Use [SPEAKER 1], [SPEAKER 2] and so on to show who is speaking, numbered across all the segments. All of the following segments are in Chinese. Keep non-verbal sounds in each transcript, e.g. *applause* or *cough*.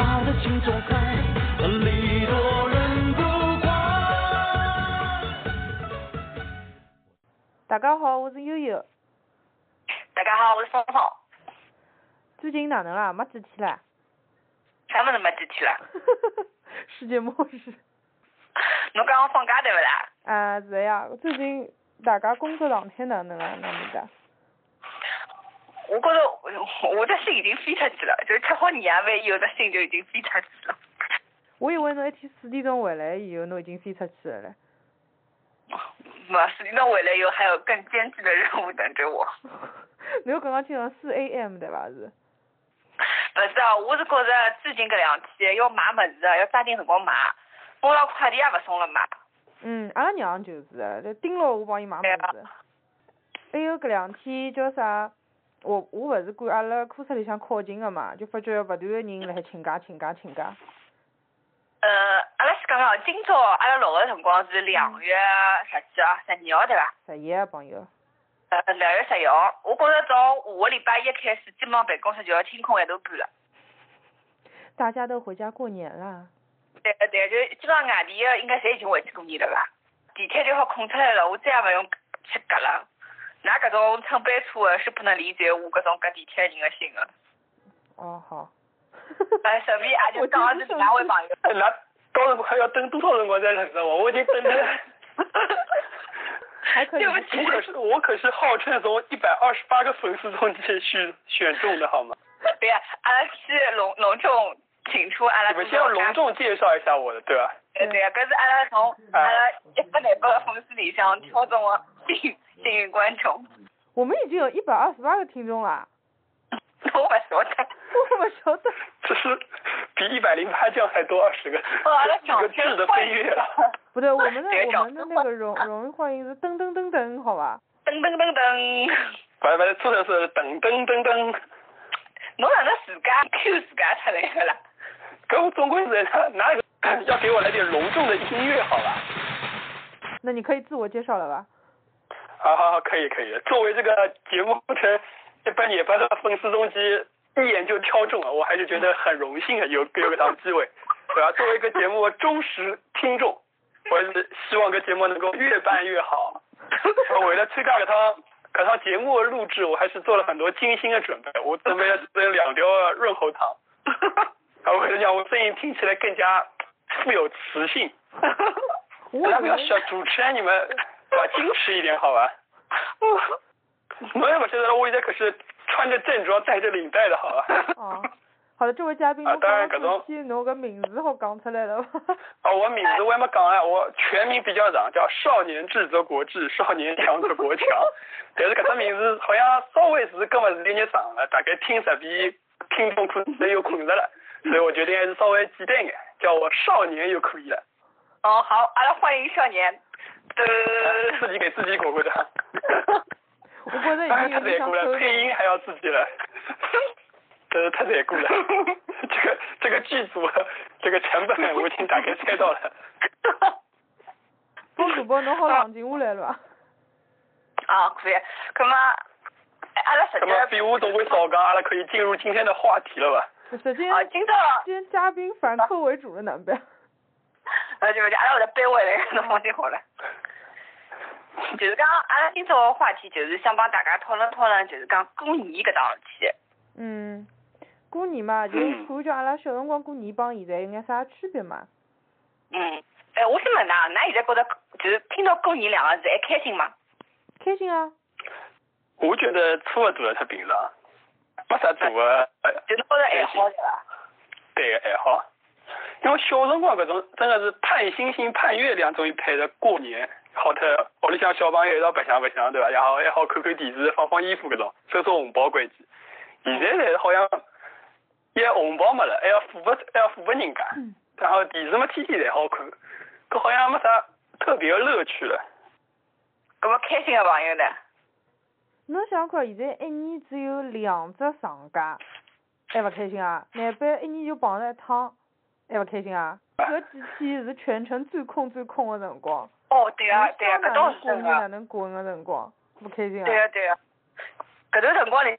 [SPEAKER 1] 中开，里头人不怪。
[SPEAKER 2] 大家好，我是悠悠。
[SPEAKER 3] 大家好，我是芳芳，
[SPEAKER 2] 最近哪能啦？没几天啦。
[SPEAKER 3] 啥么子没进去了？
[SPEAKER 2] *laughs* 世界末日。
[SPEAKER 3] 侬刚刚放假对不啦？
[SPEAKER 2] 啊，是呀。最近大家工作状态哪能啦？哪能的？
[SPEAKER 3] 我觉着 *laughs* 我我的心已经飞出去了，就是吃好年夜饭以后的心就已经飞出去 *laughs* 了。
[SPEAKER 2] 我以为侬一天四点钟回来以后，侬已经飞出去了 *laughs* 嘞。
[SPEAKER 3] 没，实际上回来以后还有更艰巨的任务等着我。
[SPEAKER 2] 侬又刚刚今朝四 AM 对伐？是。
[SPEAKER 3] 不是啊，我是觉着最近搿两天要买物事啊，要抓紧辰光买，送到快递也勿送了嘛。
[SPEAKER 2] 嗯，阿拉娘就是的，就盯牢我帮伊买
[SPEAKER 3] 对
[SPEAKER 2] 物事。还有搿两天叫啥？我我勿是管阿拉课室里向考勤个嘛，就发觉勿断个人辣海请假请假请假。
[SPEAKER 3] 呃，阿拉先讲讲，今朝阿拉录个辰光是两月十几啊，十二号对伐？
[SPEAKER 2] 十一个啊朋友。
[SPEAKER 3] 呃，两月十一号，我觉着从下个礼拜一开始，基本上办公室就要清空一大半了。
[SPEAKER 2] 大家都回家过年啊啦。
[SPEAKER 3] 对个对个，就基本上外地个应该侪已经回去过年了吧？地铁就好空出来了，我再也勿用去隔了。㑚搿种乘班车个是不能理解我搿种隔地铁人个心个。
[SPEAKER 2] 哦，
[SPEAKER 1] *laughs*
[SPEAKER 2] 好。
[SPEAKER 3] 哎，顺便
[SPEAKER 1] 啊
[SPEAKER 3] 也就讲是另外位朋友。
[SPEAKER 1] *laughs* 哎，那到时还要等多少辰光才轮到我？我已经等了。
[SPEAKER 2] 还可以
[SPEAKER 3] 对不起
[SPEAKER 1] 我，可是我可是号称从一百二十八个粉丝中选选选中的好吗？
[SPEAKER 3] 对哎呀，阿拉先隆隆重请出阿拉
[SPEAKER 1] 你们先要隆重嗯介绍一下我的，对吧？
[SPEAKER 3] 对对呀，搿是阿拉从阿拉一百廿八个粉丝里
[SPEAKER 1] 嗯
[SPEAKER 3] 向挑中个幸幸运观众。 *laughs*
[SPEAKER 2] 我们已经有一百二十八个听众啦，
[SPEAKER 3] 我勿晓得。
[SPEAKER 2] *laughs* 我不晓得。
[SPEAKER 1] 这是比一百零八将还多二十个，
[SPEAKER 3] 我阿拉
[SPEAKER 1] 这
[SPEAKER 3] 想
[SPEAKER 1] 个质的飞跃啊！
[SPEAKER 2] 不对，我
[SPEAKER 1] *laughs*
[SPEAKER 2] 们的
[SPEAKER 3] 别
[SPEAKER 2] 我
[SPEAKER 3] 找
[SPEAKER 2] 们的那个荣荣誉欢迎是噔噔噔噔，好吧？
[SPEAKER 3] 噔噔噔噔。
[SPEAKER 1] 把把它做的是噔噔噔噔，
[SPEAKER 3] 侬哪能自家 *laughs* Q 自家出来个啦？
[SPEAKER 1] 可我总归是拿拿一个要给我来点隆重的音乐，好吧？
[SPEAKER 2] 那你可以自我介绍了
[SPEAKER 1] *laughs*
[SPEAKER 2] 吧？
[SPEAKER 1] 好好好，啊可以可以。作为这个节目成一般也般的粉丝中间一眼就挑中了，我还是觉得很荣幸啊，有有给他们机会。对吧？作为一个节目忠实听众，我是希望这个节目能够越办越好。 *laughs* 我为了催大给他给他节目录制，我还是做了很多精心的准备，我准备了这两条润喉糖。 *laughs* 啊，我跟你讲，我声音听起来更加富有磁性。
[SPEAKER 2] 我
[SPEAKER 1] 那
[SPEAKER 2] 以
[SPEAKER 1] 不要
[SPEAKER 2] 为
[SPEAKER 1] 小主持人，你们把矜持一点好吧？ *laughs* 没有，现在我现在可是穿着正装，戴着领带的好吧？ *laughs*
[SPEAKER 2] 哦，好的，这位嘉宾，
[SPEAKER 1] 啊
[SPEAKER 2] 侬
[SPEAKER 1] 当然
[SPEAKER 2] 刚刚
[SPEAKER 1] 搿种
[SPEAKER 2] 说起侬个名字好讲出来了吧？ *laughs*
[SPEAKER 1] 啊，我名字我也没讲啊，我全名比较长，叫少年智则国智，少年强则国强。但是搿只名字好像稍微是跟勿是有眼长了，大概听十遍，听众困着又困着了，所以我决定还是稍微简单一点，叫我少年就可以了。
[SPEAKER 3] 哦，好，阿拉欢迎少年。 *laughs*
[SPEAKER 1] 自
[SPEAKER 3] 呃，
[SPEAKER 1] 己给自己鼓鼓掌。
[SPEAKER 2] 我觉
[SPEAKER 1] *laughs*
[SPEAKER 2] 得已
[SPEAKER 1] 哎
[SPEAKER 2] 经有点
[SPEAKER 1] 太在
[SPEAKER 2] 像
[SPEAKER 1] 乎
[SPEAKER 2] 抽
[SPEAKER 1] 了，配音还要自己来，真是太在
[SPEAKER 2] *laughs*
[SPEAKER 1] 乎了。这个这个剧组这个成本我已经大概猜到了。
[SPEAKER 2] 风主播，侬好冷静下来了
[SPEAKER 1] *laughs*
[SPEAKER 2] 吧？
[SPEAKER 3] 啊，可以。葛么，哎阿拉实
[SPEAKER 1] 那么
[SPEAKER 3] 际
[SPEAKER 1] 比武总归少刚，阿拉可以进入今天的话题了吧？
[SPEAKER 2] 首先，
[SPEAKER 3] 啊，今朝
[SPEAKER 2] 今天嘉宾反客为主了，难
[SPEAKER 1] 啊
[SPEAKER 2] 办。
[SPEAKER 3] 呃，就是阿拉会得扳回来，侬放心好了。就是讲，阿拉今朝个话题就是想帮大家讨论讨论，就是讲过年搿桩事体。
[SPEAKER 2] 嗯，过年
[SPEAKER 1] *laughs*
[SPEAKER 2] 嘛，就是看叫阿拉小辰光过年帮现在有眼啥区别嘛？
[SPEAKER 3] 嗯，哎，我先问㑚，㑚现在觉着就是听到过年两个字还哎开心吗？
[SPEAKER 2] 开心啊！
[SPEAKER 1] 我觉得差不多了，他平常没啥大的呃
[SPEAKER 3] 就是觉着还好对伐？
[SPEAKER 1] 对个爱哎好，因为小辰光搿种真的是盼星星盼月亮，终于盼着过年，好脱屋里向小朋友一道白相白相，对伐？然后还好看看电视、放放衣服搿种，收收红包关键。现在嘞好像，一红包没了，还要付拨还要付拨人家，然后电视嘛天天侪好看，搿好像没啥特别的乐趣了。
[SPEAKER 3] 葛么开心个朋友呢？
[SPEAKER 2] *coughs* 侬想看，现在一年只有两只长假，还勿开心啊？难办一年就碰着一趟，还勿开心啊？搿几天是全程最空最空的辰光，
[SPEAKER 3] 哦，对啊，对啊，
[SPEAKER 2] 侬
[SPEAKER 3] 搿
[SPEAKER 2] 想
[SPEAKER 3] 倒
[SPEAKER 2] 哪
[SPEAKER 3] 是
[SPEAKER 2] 能过
[SPEAKER 3] 真
[SPEAKER 2] 年
[SPEAKER 3] 个。
[SPEAKER 2] 哪能过个辰光，勿开心
[SPEAKER 3] 对
[SPEAKER 2] 啊？
[SPEAKER 3] 啊对啊，搿段辰光里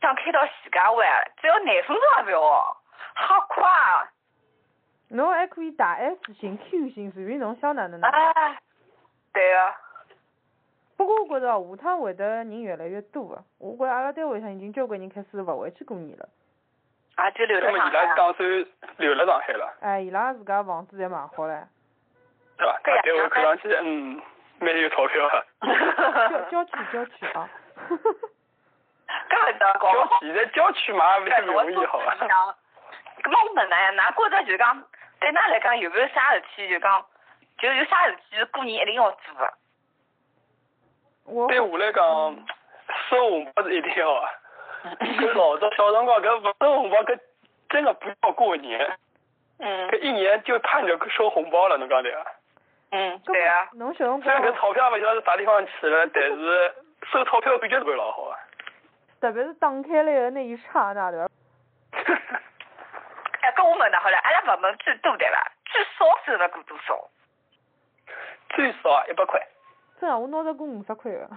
[SPEAKER 3] 想开到徐家湾，只要廿分钟也勿要，好快啊！
[SPEAKER 2] 侬还可以大 S 型、Q 型，随便侬想哪能哪能。
[SPEAKER 3] 啊，对个、
[SPEAKER 2] 不过我觉着啊下趟会得人越来越多个，我觉着阿拉单位里向已经交关人开始勿回去过年了。
[SPEAKER 3] 啊，就留
[SPEAKER 1] 那
[SPEAKER 3] 了
[SPEAKER 1] 么伊
[SPEAKER 3] 上
[SPEAKER 1] 拉
[SPEAKER 3] 海
[SPEAKER 1] 是
[SPEAKER 3] 啊。
[SPEAKER 1] 打算留辣上海了，
[SPEAKER 2] 哎，伊拉自家房子侪买好了，
[SPEAKER 1] 对吧？
[SPEAKER 3] 对呀
[SPEAKER 1] 单位看上去嗯蛮有钞票的。
[SPEAKER 3] *laughs*
[SPEAKER 2] 郊郊区郊区啊。 *laughs*
[SPEAKER 3] 搿勿能
[SPEAKER 1] 郊
[SPEAKER 3] 讲。
[SPEAKER 1] 区在郊区买也不容易，好吧？
[SPEAKER 3] 咁么我问㑚呀，㑚觉着就讲对㑚来讲有没有啥事体就讲就有啥事体是过年一定要做个？
[SPEAKER 2] 我
[SPEAKER 1] 对我来讲，收红包是一定
[SPEAKER 3] *laughs*
[SPEAKER 1] 要啊。搿老早小辰光搿勿收红包搿真的不叫过年，
[SPEAKER 3] 嗯
[SPEAKER 1] 搿一年就盼着收红包了，侬讲对伐？
[SPEAKER 3] 嗯，
[SPEAKER 2] 根
[SPEAKER 3] 对啊，
[SPEAKER 2] 本侬小辰
[SPEAKER 3] *laughs*
[SPEAKER 1] 虽然搿
[SPEAKER 2] 光，
[SPEAKER 1] 钞票勿晓得啥地方去了，但是收钞票感觉是会老好啊。
[SPEAKER 2] 特别是打开来的那一刹那，对伐？
[SPEAKER 3] 哎，搿我问㑚好了，阿拉勿问最多对伐？最少收入过多少？
[SPEAKER 1] *laughs* 最少啊一百块，
[SPEAKER 2] 真的，我拿着过五十块个。 *laughs*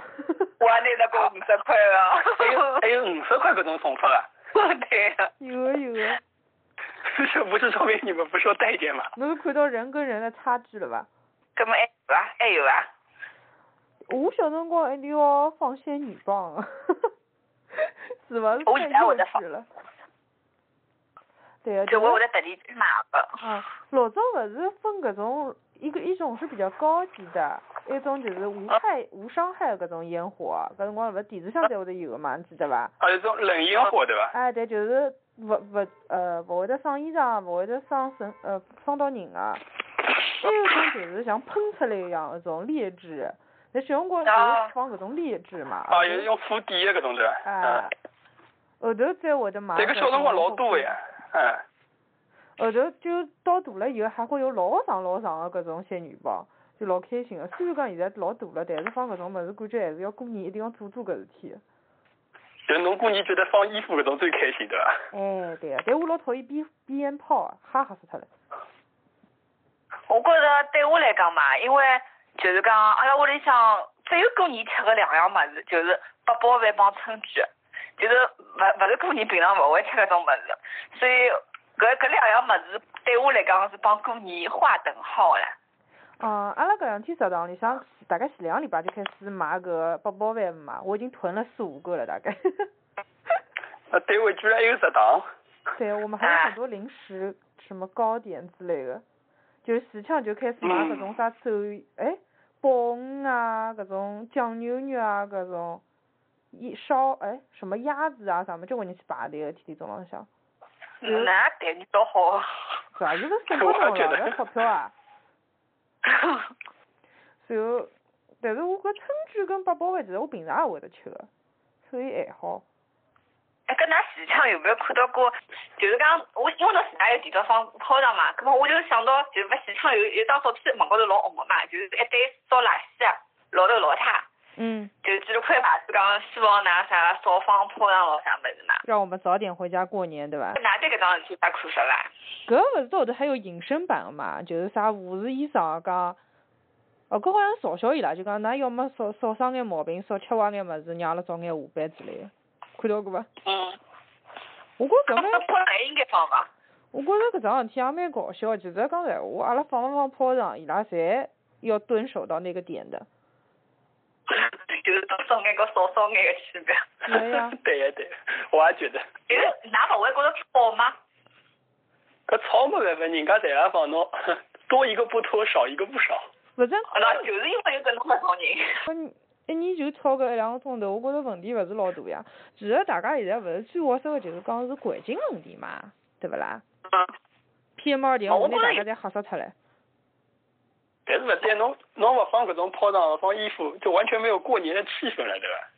[SPEAKER 3] 我拿得过五十块
[SPEAKER 1] 还有
[SPEAKER 3] 个。
[SPEAKER 1] 还有五十块搿种送法啊， *laughs*
[SPEAKER 3] *laughs* 对个。
[SPEAKER 2] 有个有个，
[SPEAKER 1] 这不是说明你们不受待见吗？
[SPEAKER 2] 侬是看到人跟人的差距了伐？
[SPEAKER 3] 搿么还哎有伐？还有啊伐？
[SPEAKER 2] 我小辰光一定要放仙女棒 *laughs* 啊，是伐？是
[SPEAKER 3] 我
[SPEAKER 2] 太
[SPEAKER 3] 以前会
[SPEAKER 2] 幼
[SPEAKER 3] 得
[SPEAKER 2] 稚
[SPEAKER 3] 放
[SPEAKER 2] 了。对个，就
[SPEAKER 3] 就我
[SPEAKER 2] 是
[SPEAKER 3] 会得特地去买个。
[SPEAKER 2] 啊，老早勿是分搿种一个一种是比较高级的，一种就是无害无伤害的搿种烟火啊，搿辰光勿是电视上才会得有个嘛，你记得伐？
[SPEAKER 1] 啊还有这种冷烟火对伐？
[SPEAKER 2] 哎，对，就是勿勿呃勿会得伤衣裳，勿会得伤身呃伤到人啊。还有一种就是像喷出来一样搿种劣质，那小辰光
[SPEAKER 3] 啊
[SPEAKER 2] 就是放搿种劣质嘛。
[SPEAKER 1] 啊，有用釜底的搿种对伐？
[SPEAKER 2] 哎，后头再会得买。
[SPEAKER 1] 这个小辰光老多呀。，嗯，
[SPEAKER 2] 后头就到大了以后，还会有老长老长的搿种仙女棒，就老开心的。虽然讲现在老大了，但是放搿种物事，感觉还是要过年一定要做做搿事体。
[SPEAKER 1] 就侬过年觉得放衣服搿种最开心对伐？嗯
[SPEAKER 2] 哎，对个，但我老讨厌鞭鞭烟炮啊，吓吓死脱了。
[SPEAKER 3] 我觉着对我来讲嘛，因为就是哎讲阿拉屋里向只有过年吃个两样物事，就是八宝饭帮春卷，就是勿勿是过年平常勿会吃搿种物事，所以搿搿两样物事对我来讲是帮过年划等号了。
[SPEAKER 2] 嗯，阿拉搿两天食堂里向大概前两个礼拜就开始买搿八宝饭嘛，我已经囤了四五个了大概。 *laughs*
[SPEAKER 1] 那单位居然还有食堂，
[SPEAKER 2] 对，我们还有很多零食，什么糕点之类的，就是前腔就开始买搿种啥手，哎，鲍鱼啊，搿种酱牛肉啊，搿种一烧哎什么鸭子啊啥么，交关人去排队的，天天中浪向，嗯
[SPEAKER 3] 那对你倒好，
[SPEAKER 2] 是吧？有个 *laughs* 省不
[SPEAKER 1] 我也
[SPEAKER 2] 着
[SPEAKER 1] 觉
[SPEAKER 2] 了，
[SPEAKER 1] 得
[SPEAKER 2] 要钞票啊。然后，但是我搿春卷跟八宝饭，其实我平常也会得吃的，所以还好。
[SPEAKER 3] 哎，搿㑚前腔有没有看到过？就是讲我因为侬前趟有提到放炮仗嘛，葛末我就想到就是勿前腔有有张照片网高头老红个嘛，就是一堆烧垃圾啊，老头老太。
[SPEAKER 2] 嗯，
[SPEAKER 3] 就记录块牌子讲希望㑚啥少放炮仗咯啥物事嘛。
[SPEAKER 2] 让我们早点回家过年，对吧？
[SPEAKER 3] 㑚对搿桩事体啥看法伐？
[SPEAKER 2] 搿勿是到后头还有隐身版个嘛，就是啥护士医生啊讲，哦，搿好像嘲笑伊拉，就讲㑚要么少少生眼毛病，少吃坏眼物事，让阿拉早眼下班之类的，看到过伐？
[SPEAKER 3] 嗯，
[SPEAKER 2] 我觉着搿
[SPEAKER 3] *laughs*
[SPEAKER 2] 蛮，
[SPEAKER 3] 炮仗应该放伐？
[SPEAKER 2] 我觉着搿桩事体也蛮搞笑。其实讲实话，阿拉放勿放炮仗，伊拉侪要蹲守到那个点的。
[SPEAKER 3] *laughs* 就是多少眼和少少眼个区别。
[SPEAKER 2] 对呀、
[SPEAKER 1] *laughs* 对呀对呀，我也觉得。哎
[SPEAKER 3] 因为㑚勿会觉着吵吗？啊
[SPEAKER 1] 搿草木万分，人家侪来放侬，多一个不多，少一个不少。
[SPEAKER 2] 勿是
[SPEAKER 3] 那就是因为有搿种搿种人。
[SPEAKER 2] 讲一年就吵搿一两个钟头，我觉着问题勿是老大呀。其实大家现在勿是最窝塞个，就是讲是环境问题嘛，对勿啦
[SPEAKER 3] 嗯，
[SPEAKER 2] ？PM 二点五，
[SPEAKER 3] 哦我
[SPEAKER 2] 拿
[SPEAKER 3] 觉
[SPEAKER 2] 大家
[SPEAKER 3] 得
[SPEAKER 2] 侪吓死脱了。
[SPEAKER 1] 但是勿对，侬侬勿放搿种炮仗，勿放衣服，就完全没有过年的气氛了，对伐？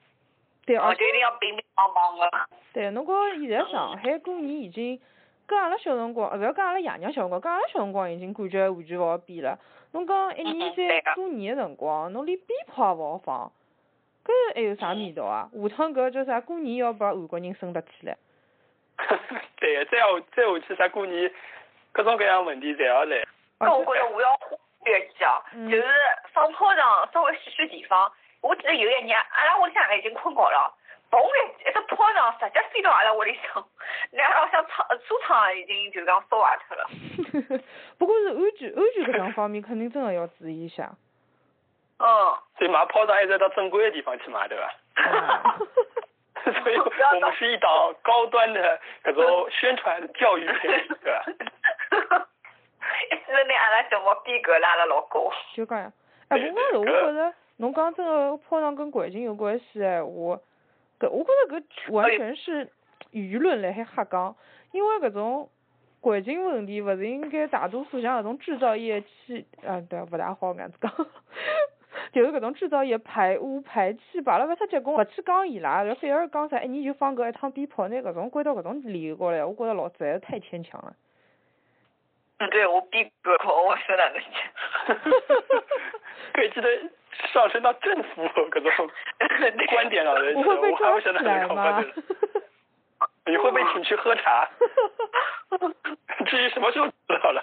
[SPEAKER 2] 对，
[SPEAKER 3] 我
[SPEAKER 2] 而且
[SPEAKER 3] 就一定要乒乒乓乓个。
[SPEAKER 2] 对，侬觉现在上海过年已经跟阿拉小辰光，呃勿要讲阿拉爷娘小辰光，跟阿拉小辰光已经感觉完全勿好比了。侬讲一
[SPEAKER 3] 嗯
[SPEAKER 2] 年
[SPEAKER 3] 对
[SPEAKER 2] 在
[SPEAKER 3] 啊
[SPEAKER 2] 过年个辰光，侬连鞭炮也勿好放，搿还有啥味道啊？下趟搿叫啥？过年要把韩国人升得起来。
[SPEAKER 1] *laughs* 对呀，再下再下去啥过年，各种各样问题侪要来。
[SPEAKER 2] 而
[SPEAKER 3] 搿
[SPEAKER 2] 且
[SPEAKER 3] 我觉着我要忽略一下，
[SPEAKER 2] 啊嗯
[SPEAKER 3] 就是放炮仗稍微选选地方。我记得有一年，阿拉屋里向已经困觉了，嘣一一只炮仗直接飞到阿拉屋里向，那阿拉屋里向窗车窗已经就是讲烧坏脱了。
[SPEAKER 2] *laughs* 不过是安全安全搿桩方面肯定真的要注意一下。
[SPEAKER 3] 嗯， *laughs*
[SPEAKER 1] 所以买炮仗还是要到正规的地方去买，对吧？
[SPEAKER 2] 啊 *laughs*
[SPEAKER 1] 所以我们是一档高端的搿种宣传教育节目，对吧？
[SPEAKER 3] 一直拿阿拉节目逼格了阿拉老高。
[SPEAKER 2] 就讲呀，哎，不过我觉着侬讲真个炮仗跟环境有关系哎，我搿我觉着搿完全是舆论辣海瞎讲，因为搿种环境问题勿是应该大多数像搿种制造业去，啊对，勿大好搿样子讲， *laughs* 就是搿种制造业排污排气排了勿出结棍，勿去讲伊拉，然后反而讲啥，哎，你就放搿一趟鞭炮，拿搿种归到搿种理由高来，我觉着老实在是太牵强了。
[SPEAKER 3] 嗯，对我逼格高，我说哪能讲？
[SPEAKER 1] 可以记得上升到政府搿种观点上来，
[SPEAKER 2] 我会被
[SPEAKER 1] 我还
[SPEAKER 2] 抓
[SPEAKER 1] 不
[SPEAKER 2] 起
[SPEAKER 1] 晓得
[SPEAKER 2] 来
[SPEAKER 1] 哪个
[SPEAKER 2] 吗
[SPEAKER 1] 观？点。你会被请去喝茶，
[SPEAKER 2] *laughs*
[SPEAKER 1] 至于什么时候知道了，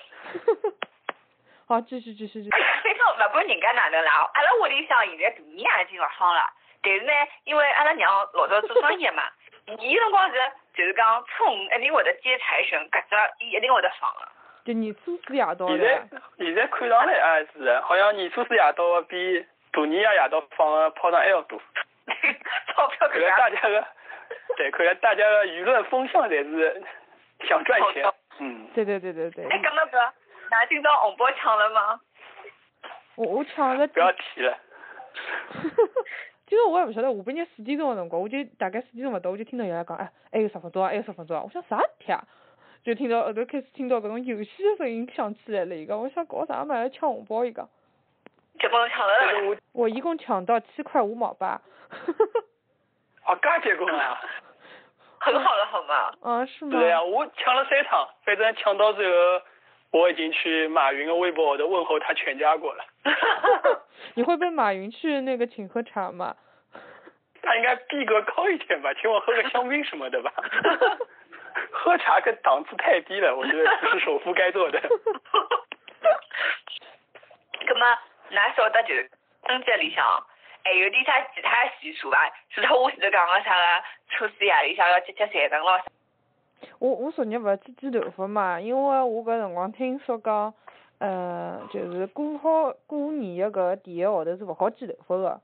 [SPEAKER 2] 好，继续继
[SPEAKER 3] *laughs*
[SPEAKER 2] 续继续。
[SPEAKER 3] 反正勿管人家哪能啦，阿拉屋里向现在大米也已经勿放了，但是呢，因为阿拉娘老早做生意的嘛， *laughs* 伊有辰光是就是哎讲初五一定会得接财神，搿只伊一定会得放的。
[SPEAKER 2] 就年初四夜到
[SPEAKER 1] 现
[SPEAKER 2] 了
[SPEAKER 1] 在，现在看上来也啊是的，好像年初四夜到比大年夜夜到放的炮仗还要多。
[SPEAKER 3] *laughs* 钞票
[SPEAKER 1] 看
[SPEAKER 3] 搿
[SPEAKER 2] 啊
[SPEAKER 1] 来
[SPEAKER 3] 家
[SPEAKER 1] 大家的，对，看来大家的舆论风向侪是想赚钱。嗯，
[SPEAKER 2] 对对对对对，
[SPEAKER 3] 哎，搿么搿，㑚今朝红包抢了吗？
[SPEAKER 2] 我我抢了个 *laughs*
[SPEAKER 1] 不要提了。
[SPEAKER 2] 今朝我也勿晓得，下半日四点钟个辰光，我就大概四点钟勿到，我就听到伊拉讲，哎，还有十分钟啊，还有十分钟啊，我想啥事体啊？就听到后头开始听到搿种游戏的声音响起来了，伊讲我想搞啥嘛，要抢红包，伊讲
[SPEAKER 3] 结棍抢了
[SPEAKER 1] 但
[SPEAKER 3] 了
[SPEAKER 1] 是。我
[SPEAKER 2] 我一共抢到七块五毛八， *laughs*
[SPEAKER 1] 啊，刚结棍啊！
[SPEAKER 3] 很好了，好吗？
[SPEAKER 2] 嗯，是吗？
[SPEAKER 1] 对呀、我抢了三趟，反正抢到最后，我已经去马云的微博，我都问候他全家过了。
[SPEAKER 2] 你会被马云去那个请喝茶吗？
[SPEAKER 1] 他应该逼格高一点吧，请我喝个香槟什么的吧。喝茶个档次太低了，我觉得不是首富该做的。
[SPEAKER 3] 葛么，㑚晓得就是春节里向还有点啥其他习俗伐？除脱我前头讲个啥个初四夜里向要接接财神咯，
[SPEAKER 2] 我我昨日勿去剪头发嘛，因为我搿辰光听说讲，呃，就是过好过年的搿第一个号头是勿好剪头发个。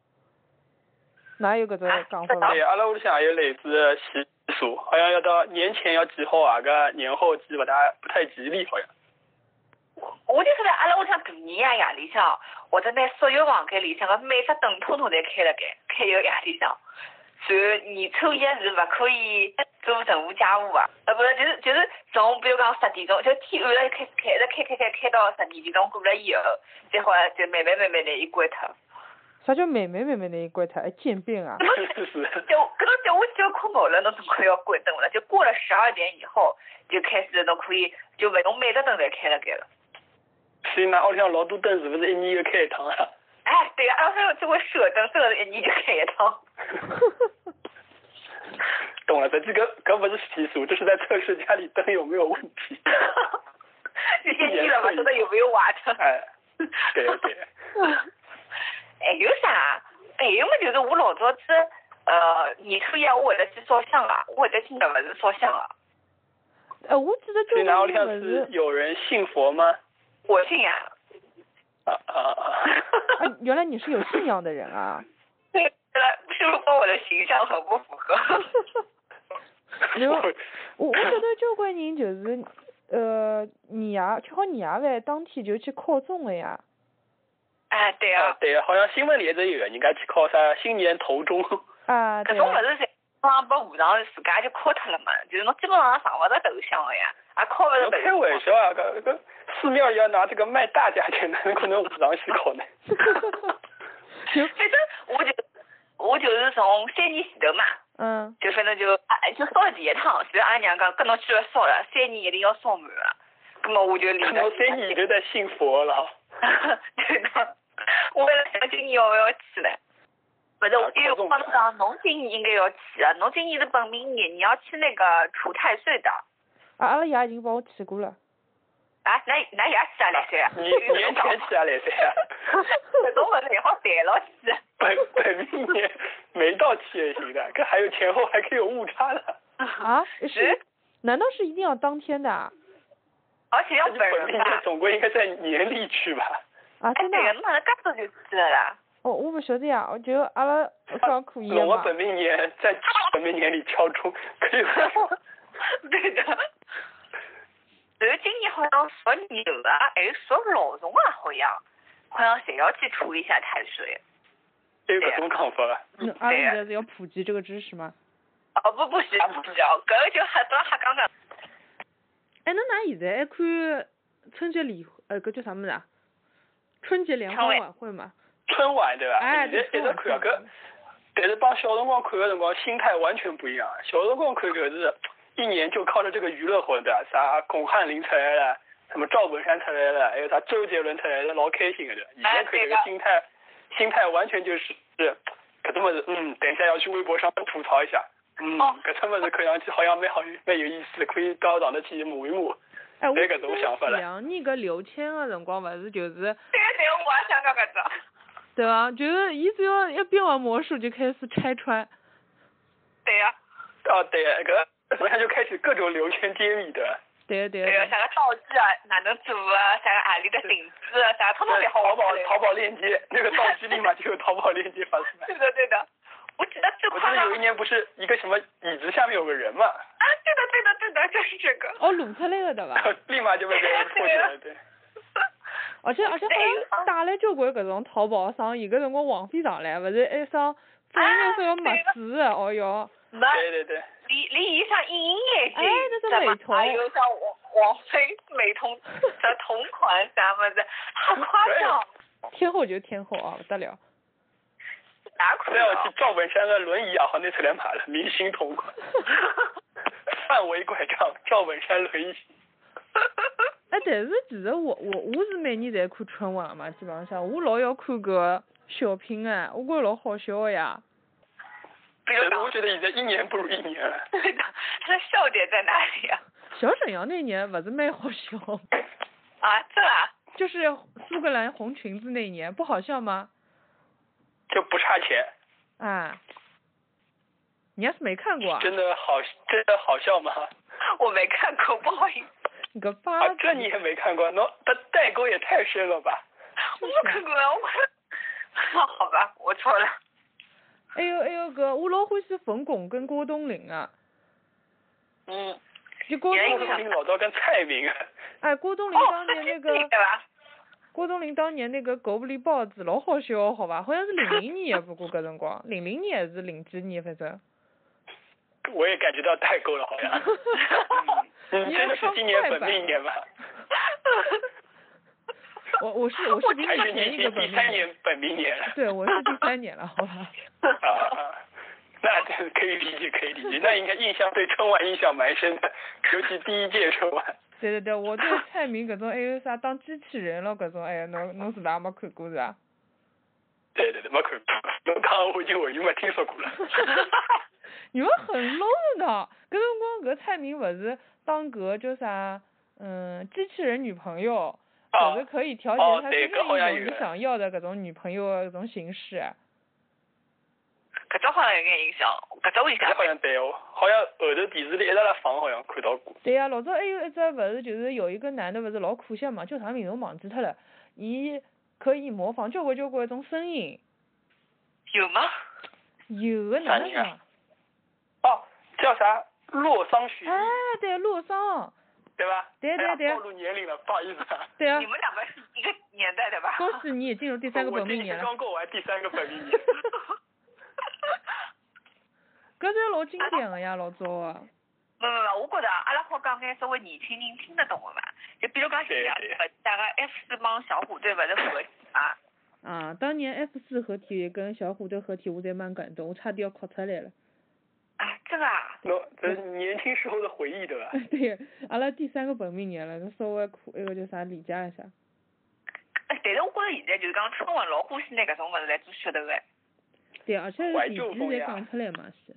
[SPEAKER 2] 哪有搿种
[SPEAKER 3] 啊
[SPEAKER 2] 讲法
[SPEAKER 3] 这
[SPEAKER 2] 伐
[SPEAKER 3] 倒
[SPEAKER 1] 对，？哎阿拉屋里向也有类似的习俗，好像要到年前要记好啊，个年后记不大不太吉利，好像。
[SPEAKER 3] 我就晓得阿拉屋里向大年夜夜里向，或者拿所有房间里向个每只灯统统侪开了盖，开一个夜里向。然后年初一是勿可以做任何家务啊，呃，不是，就是就是从比如讲十点钟，就天暗了就开始开，一直开开开开到十二点钟过了以后，再好像就慢慢慢慢拿伊关脱。
[SPEAKER 2] 啥叫慢慢慢慢的关脱？还渐变啊？
[SPEAKER 1] 是 *laughs* 是。
[SPEAKER 3] 就搿种节我就困觉了，侬总归要关灯了。就过了十二点以后，就开始侬可以就勿用每只灯侪开了盖了。
[SPEAKER 1] 所以㑚屋里向老多灯是不是一年又开一趟啊？
[SPEAKER 3] 哎，对啊，阿拉还有做过射灯，射灯一年就开一趟。
[SPEAKER 1] 懂了，这这个搿不是习俗，这是在测试家里灯有没有问题。
[SPEAKER 3] 这些地了吧，说的有没有挖的？
[SPEAKER 1] 哎，对
[SPEAKER 2] *laughs*
[SPEAKER 1] 对。
[SPEAKER 3] 还哎有啥？还有么？就是我老早子，呃，年初一我会得去烧香啊，我会得去搿勿是烧香啊，
[SPEAKER 2] 哎，我记得
[SPEAKER 1] 所
[SPEAKER 2] 就
[SPEAKER 1] 以㑚屋里向
[SPEAKER 2] 勿
[SPEAKER 1] 是
[SPEAKER 2] 是，
[SPEAKER 1] 有人信佛吗？
[SPEAKER 3] 我信呀、
[SPEAKER 1] 啊啊啊！
[SPEAKER 2] *laughs* 啊，
[SPEAKER 1] *laughs*
[SPEAKER 2] 原来你是有信仰的人啊！
[SPEAKER 3] 对了，是不是跟我的形象很不符合？ *laughs*
[SPEAKER 2] 然后
[SPEAKER 1] 我
[SPEAKER 2] 我我觉得交关人就是，呃，年夜吃好年夜饭当天就去敲钟了呀。
[SPEAKER 3] 哎，对
[SPEAKER 1] 啊
[SPEAKER 3] 啊，
[SPEAKER 1] *laughs* 对，好像新闻里一直有，人家去考啥新年头钟。
[SPEAKER 2] 啊，
[SPEAKER 3] 搿
[SPEAKER 2] 对
[SPEAKER 3] 种
[SPEAKER 2] 啊
[SPEAKER 3] 物。事侪帮拨无常自家就敲脱了嘛，就是侬基本上上勿着头香个呀，啊也敲勿着
[SPEAKER 1] 侬
[SPEAKER 3] 头
[SPEAKER 1] 开玩笑啊，搿搿寺庙也要拿这个卖大价钱，哪能可能五常去考
[SPEAKER 2] *laughs*
[SPEAKER 1] 呢？
[SPEAKER 2] 就
[SPEAKER 3] *laughs* 反正我就我就是从三年前头嘛，
[SPEAKER 2] 嗯，
[SPEAKER 3] 就反正就啊就烧了第一趟，然后阿拉娘讲，搿侬既然烧了，三年一定要烧满了。葛么我就领
[SPEAKER 1] *laughs*
[SPEAKER 3] 着
[SPEAKER 1] 侬三年都在信佛了，哦
[SPEAKER 3] *laughs* 对的，我为了想今年要不要去呢？不
[SPEAKER 1] 啊
[SPEAKER 3] 是，我因为我帮侬讲，啊侬今年应该要去啊，侬今年是本命年，你要去那个除太岁的。
[SPEAKER 2] 啊，阿拉爷已经帮我去过了。
[SPEAKER 3] 啊，那那也去啊，来噻。
[SPEAKER 1] 你年前去啊来噻
[SPEAKER 2] *laughs*
[SPEAKER 1] 啊，
[SPEAKER 3] 搿种物事也好谈牢去。
[SPEAKER 1] 本本命年没到期也行的，搿还有前后还可以有误差的。
[SPEAKER 2] 啊？是
[SPEAKER 3] 是？
[SPEAKER 2] 难道是一定要当天的啊？
[SPEAKER 3] 而且要
[SPEAKER 1] 但是
[SPEAKER 3] 本
[SPEAKER 1] 本命啊
[SPEAKER 3] 人
[SPEAKER 1] 年
[SPEAKER 3] 吧。
[SPEAKER 1] 总归应该在年里去吧？
[SPEAKER 2] 啊，
[SPEAKER 3] 哎，
[SPEAKER 2] 真的
[SPEAKER 3] 对
[SPEAKER 2] 啊
[SPEAKER 3] 个，？侬哪能介早就记得啦？
[SPEAKER 2] 哦，我不晓得呀，我就阿拉上课一啊
[SPEAKER 1] 嗯我
[SPEAKER 2] 嘛。
[SPEAKER 1] 本命年在本命年里敲钟， *laughs* 可以吗？
[SPEAKER 3] 对的。然后今年好像属牛的，还是属老鼠啊，好像，好像谁要去处理一下太岁。
[SPEAKER 1] 有搿种讲法伐？
[SPEAKER 2] 那
[SPEAKER 3] 对
[SPEAKER 2] 嗯阿拉
[SPEAKER 3] 呀
[SPEAKER 2] 现在是要普及这个知识吗？
[SPEAKER 3] 哦，不不需要不需要，搿个就瞎装瞎讲讲。
[SPEAKER 2] 哎，那㑚现在还看春节联呃搿叫啥物事啊？春节联
[SPEAKER 3] 春
[SPEAKER 2] 欢
[SPEAKER 3] 晚
[SPEAKER 2] 晚会嘛？
[SPEAKER 1] 春晚对伐？
[SPEAKER 2] 哎，
[SPEAKER 1] 现
[SPEAKER 2] 对
[SPEAKER 1] 在一直看
[SPEAKER 2] 春晚
[SPEAKER 1] 搿，但是帮小辰光看个辰光心态完全不一样。小辰光看搿是一年就靠着这个娱乐混的，啥巩汉林出来了，什么赵本山出来了，还有啥周杰伦出来了，老开心个的。现在看这个心态，心态完全就是是搿种物事，嗯，等一下要去微博上吐槽一下。嗯，
[SPEAKER 3] 哦
[SPEAKER 1] 搿种物事看上 *laughs* 去好像蛮好蛮有意思，可以到上头去抹一抹。
[SPEAKER 2] 哎，我
[SPEAKER 1] 对搿
[SPEAKER 2] 记
[SPEAKER 1] 种
[SPEAKER 2] 得
[SPEAKER 1] 想法了
[SPEAKER 2] 前年搿刘谦个辰光，勿是就是
[SPEAKER 3] 对个对个，我也想讲搿只。
[SPEAKER 2] 对伐？就是伊只要一变完魔术就开始拆穿。
[SPEAKER 3] 对个、
[SPEAKER 1] 哦，对，搿马上就开始各种流圈揭秘的。
[SPEAKER 2] 对啊个对个
[SPEAKER 3] 对个，
[SPEAKER 2] 对。
[SPEAKER 3] 啥个道具啊，哪能做啊，啥个阿里的定制啊，啥通通
[SPEAKER 1] 对
[SPEAKER 3] 侪好
[SPEAKER 1] 淘
[SPEAKER 3] 好
[SPEAKER 1] 宝
[SPEAKER 3] *laughs* 看嘞
[SPEAKER 1] 淘宝链接，那个道具立马就有淘宝链接发出来。
[SPEAKER 3] *laughs* 对的对的，我记得最
[SPEAKER 1] 我
[SPEAKER 3] 夸
[SPEAKER 1] 记得
[SPEAKER 3] 张
[SPEAKER 1] 有一。年不是一个什么椅子下面有个人嘛，
[SPEAKER 3] 啊，对的对的对的，就是这个。
[SPEAKER 2] 哦，录出来个对
[SPEAKER 1] 然
[SPEAKER 2] 伐？
[SPEAKER 1] 后 *laughs* 立马就被别人破解了。对，
[SPEAKER 2] 而且而且好像带来交关搿种淘宝生意，搿辰光王菲上来，勿是还上做音乐说要卖纸个，哦哟。
[SPEAKER 3] 没，
[SPEAKER 1] 对对对，
[SPEAKER 3] 离离以上音乐界，
[SPEAKER 2] 哎那是
[SPEAKER 3] 什么
[SPEAKER 2] 美瞳
[SPEAKER 3] 还有像王王菲、美瞳的同款啥么子，好
[SPEAKER 2] *laughs*
[SPEAKER 3] 夸张，
[SPEAKER 2] 天后就是天后啊，不得了！
[SPEAKER 3] 哪啊可
[SPEAKER 1] 再要去
[SPEAKER 3] 能？
[SPEAKER 1] 赵本山的轮椅也好，那出来买了， *laughs* 明星同款，范围拐杖，赵本山轮椅。
[SPEAKER 2] 哎，但是其实我我我是每年侪看春晚嘛，基本上我老要看搿小品哎，我觉着老好笑个呀。
[SPEAKER 3] 比
[SPEAKER 1] 但
[SPEAKER 3] 如
[SPEAKER 1] 啊是
[SPEAKER 3] 讲，
[SPEAKER 1] 我觉得现在一年不如一年了。
[SPEAKER 3] 对的，他的笑点在哪里啊？
[SPEAKER 2] 小沈阳那年勿是蛮好笑，
[SPEAKER 3] 啊，这啊，
[SPEAKER 2] 就是苏格兰红裙子那年，不好笑吗？
[SPEAKER 1] 就不差钱，
[SPEAKER 2] 啊，你要是没看过啊，
[SPEAKER 1] 真的好，真的好笑吗？
[SPEAKER 3] 我没看过，不好意思，
[SPEAKER 2] 你个
[SPEAKER 1] 啊
[SPEAKER 2] 八，
[SPEAKER 1] 这你也没看过，那他代沟也太深了吧？
[SPEAKER 3] 我没
[SPEAKER 2] 啊
[SPEAKER 3] 看过，啊
[SPEAKER 2] *laughs*
[SPEAKER 3] 我。哦好吧，我错了。
[SPEAKER 2] 哎呦哎呦个，我老欢喜冯巩跟郭冬临啊，
[SPEAKER 3] 嗯，
[SPEAKER 2] 就郭
[SPEAKER 3] 原
[SPEAKER 1] 郭
[SPEAKER 3] 因
[SPEAKER 2] 冬
[SPEAKER 1] 冬
[SPEAKER 2] 临，
[SPEAKER 1] 临老早跟蔡明，啊
[SPEAKER 2] 哎郭冬临
[SPEAKER 3] 哦
[SPEAKER 2] 当，
[SPEAKER 3] 那
[SPEAKER 2] 年那
[SPEAKER 3] 是
[SPEAKER 2] 个。
[SPEAKER 3] 对的吧？
[SPEAKER 2] 郭冬临当年那个狗不理包子老好笑，好吧？好像是零零年，不过搿辰光，零零年还是零几年，反正。
[SPEAKER 1] 我也感觉到代沟了，好像。你嗯真的是今年本命年吧？
[SPEAKER 2] *laughs* 我我是我是零
[SPEAKER 1] 还是
[SPEAKER 2] 零
[SPEAKER 1] 你
[SPEAKER 2] 年
[SPEAKER 1] 已
[SPEAKER 2] 一个
[SPEAKER 1] 经
[SPEAKER 2] 本
[SPEAKER 1] 第
[SPEAKER 2] 命
[SPEAKER 1] 三
[SPEAKER 2] 年，
[SPEAKER 1] 年本命年了？
[SPEAKER 2] 对，我是第
[SPEAKER 1] *laughs*
[SPEAKER 2] 三年了，好吧？
[SPEAKER 1] 啊啊，啊那这可以理解，可以理解。那应该印象对春晚印象蛮深的，尤其第一届春晚。
[SPEAKER 2] 对对对，我对蔡明哎搿种还有啥啊当机器人了搿种，哎呀，侬侬是勿是也没看过是伐？
[SPEAKER 1] 对对对，没看过，侬讲我已经我已经没听说过了。 *laughs*
[SPEAKER 2] 你们很 low 的呢。搿辰光搿蔡明勿是当搿叫啥，嗯，机器人女朋友，
[SPEAKER 1] 啊
[SPEAKER 2] 就是可以调
[SPEAKER 1] 哦
[SPEAKER 2] 节他
[SPEAKER 1] 对
[SPEAKER 2] 身
[SPEAKER 1] 搿好像
[SPEAKER 2] 边一
[SPEAKER 1] 有
[SPEAKER 2] 种你想要的搿种女朋友啊的搿种形式。
[SPEAKER 3] 搿只好像有眼印象，搿只我印象
[SPEAKER 1] 这好像对哦，好像后头电视里一直辣放，好像看到过。
[SPEAKER 2] 对呀、老早还有一只勿是，就是有一个男的勿是老可惜嘛，叫啥名字我忘记脱了。伊可以模仿交关交关种声音，
[SPEAKER 3] 有吗？
[SPEAKER 2] 有个
[SPEAKER 1] 啥
[SPEAKER 2] 男的
[SPEAKER 1] 人啊
[SPEAKER 2] 嘛，
[SPEAKER 1] 哦，叫啥？洛桑雪
[SPEAKER 2] 哎
[SPEAKER 1] 莉，，
[SPEAKER 2] 对，洛桑，
[SPEAKER 1] 对吧？
[SPEAKER 2] 对
[SPEAKER 1] 哎呀
[SPEAKER 2] 对对
[SPEAKER 1] 暴露年龄了，不好意思啊。
[SPEAKER 2] 对啊
[SPEAKER 3] 你，们两个是一个年代的吧？
[SPEAKER 2] 恭喜你也进入第三个
[SPEAKER 1] 我
[SPEAKER 2] 本
[SPEAKER 1] 今
[SPEAKER 2] 命年
[SPEAKER 1] 年
[SPEAKER 2] 了，
[SPEAKER 1] 刚过完第三个本命年。
[SPEAKER 2] 搿是老经典个呀，老早啊个。
[SPEAKER 3] 没没没，我觉得阿拉好讲眼稍微年轻人听得懂的嘛，就比如讲
[SPEAKER 1] 对
[SPEAKER 3] 像
[SPEAKER 1] 对
[SPEAKER 3] 勿大个 F 四帮小虎队勿是合体嘛，
[SPEAKER 2] 啊，当年 F 四合体跟小虎队合体，我侪蛮感动，我差点要哭出来了。 *laughs*
[SPEAKER 3] 啊，真个啊，
[SPEAKER 1] 喏，这是年轻时候的回忆，对吧？
[SPEAKER 2] 对，阿拉第三个本命年了，搿稍微苦，那个叫啥理解一下。
[SPEAKER 3] 哎但是我觉得现在就是讲春晚老欢喜拿搿种物事来做噱头个，
[SPEAKER 2] 对，而且是
[SPEAKER 1] 怀
[SPEAKER 2] 电
[SPEAKER 1] 旧
[SPEAKER 2] 视
[SPEAKER 1] 风
[SPEAKER 2] 侪
[SPEAKER 1] 呀
[SPEAKER 2] 讲出来嘛是。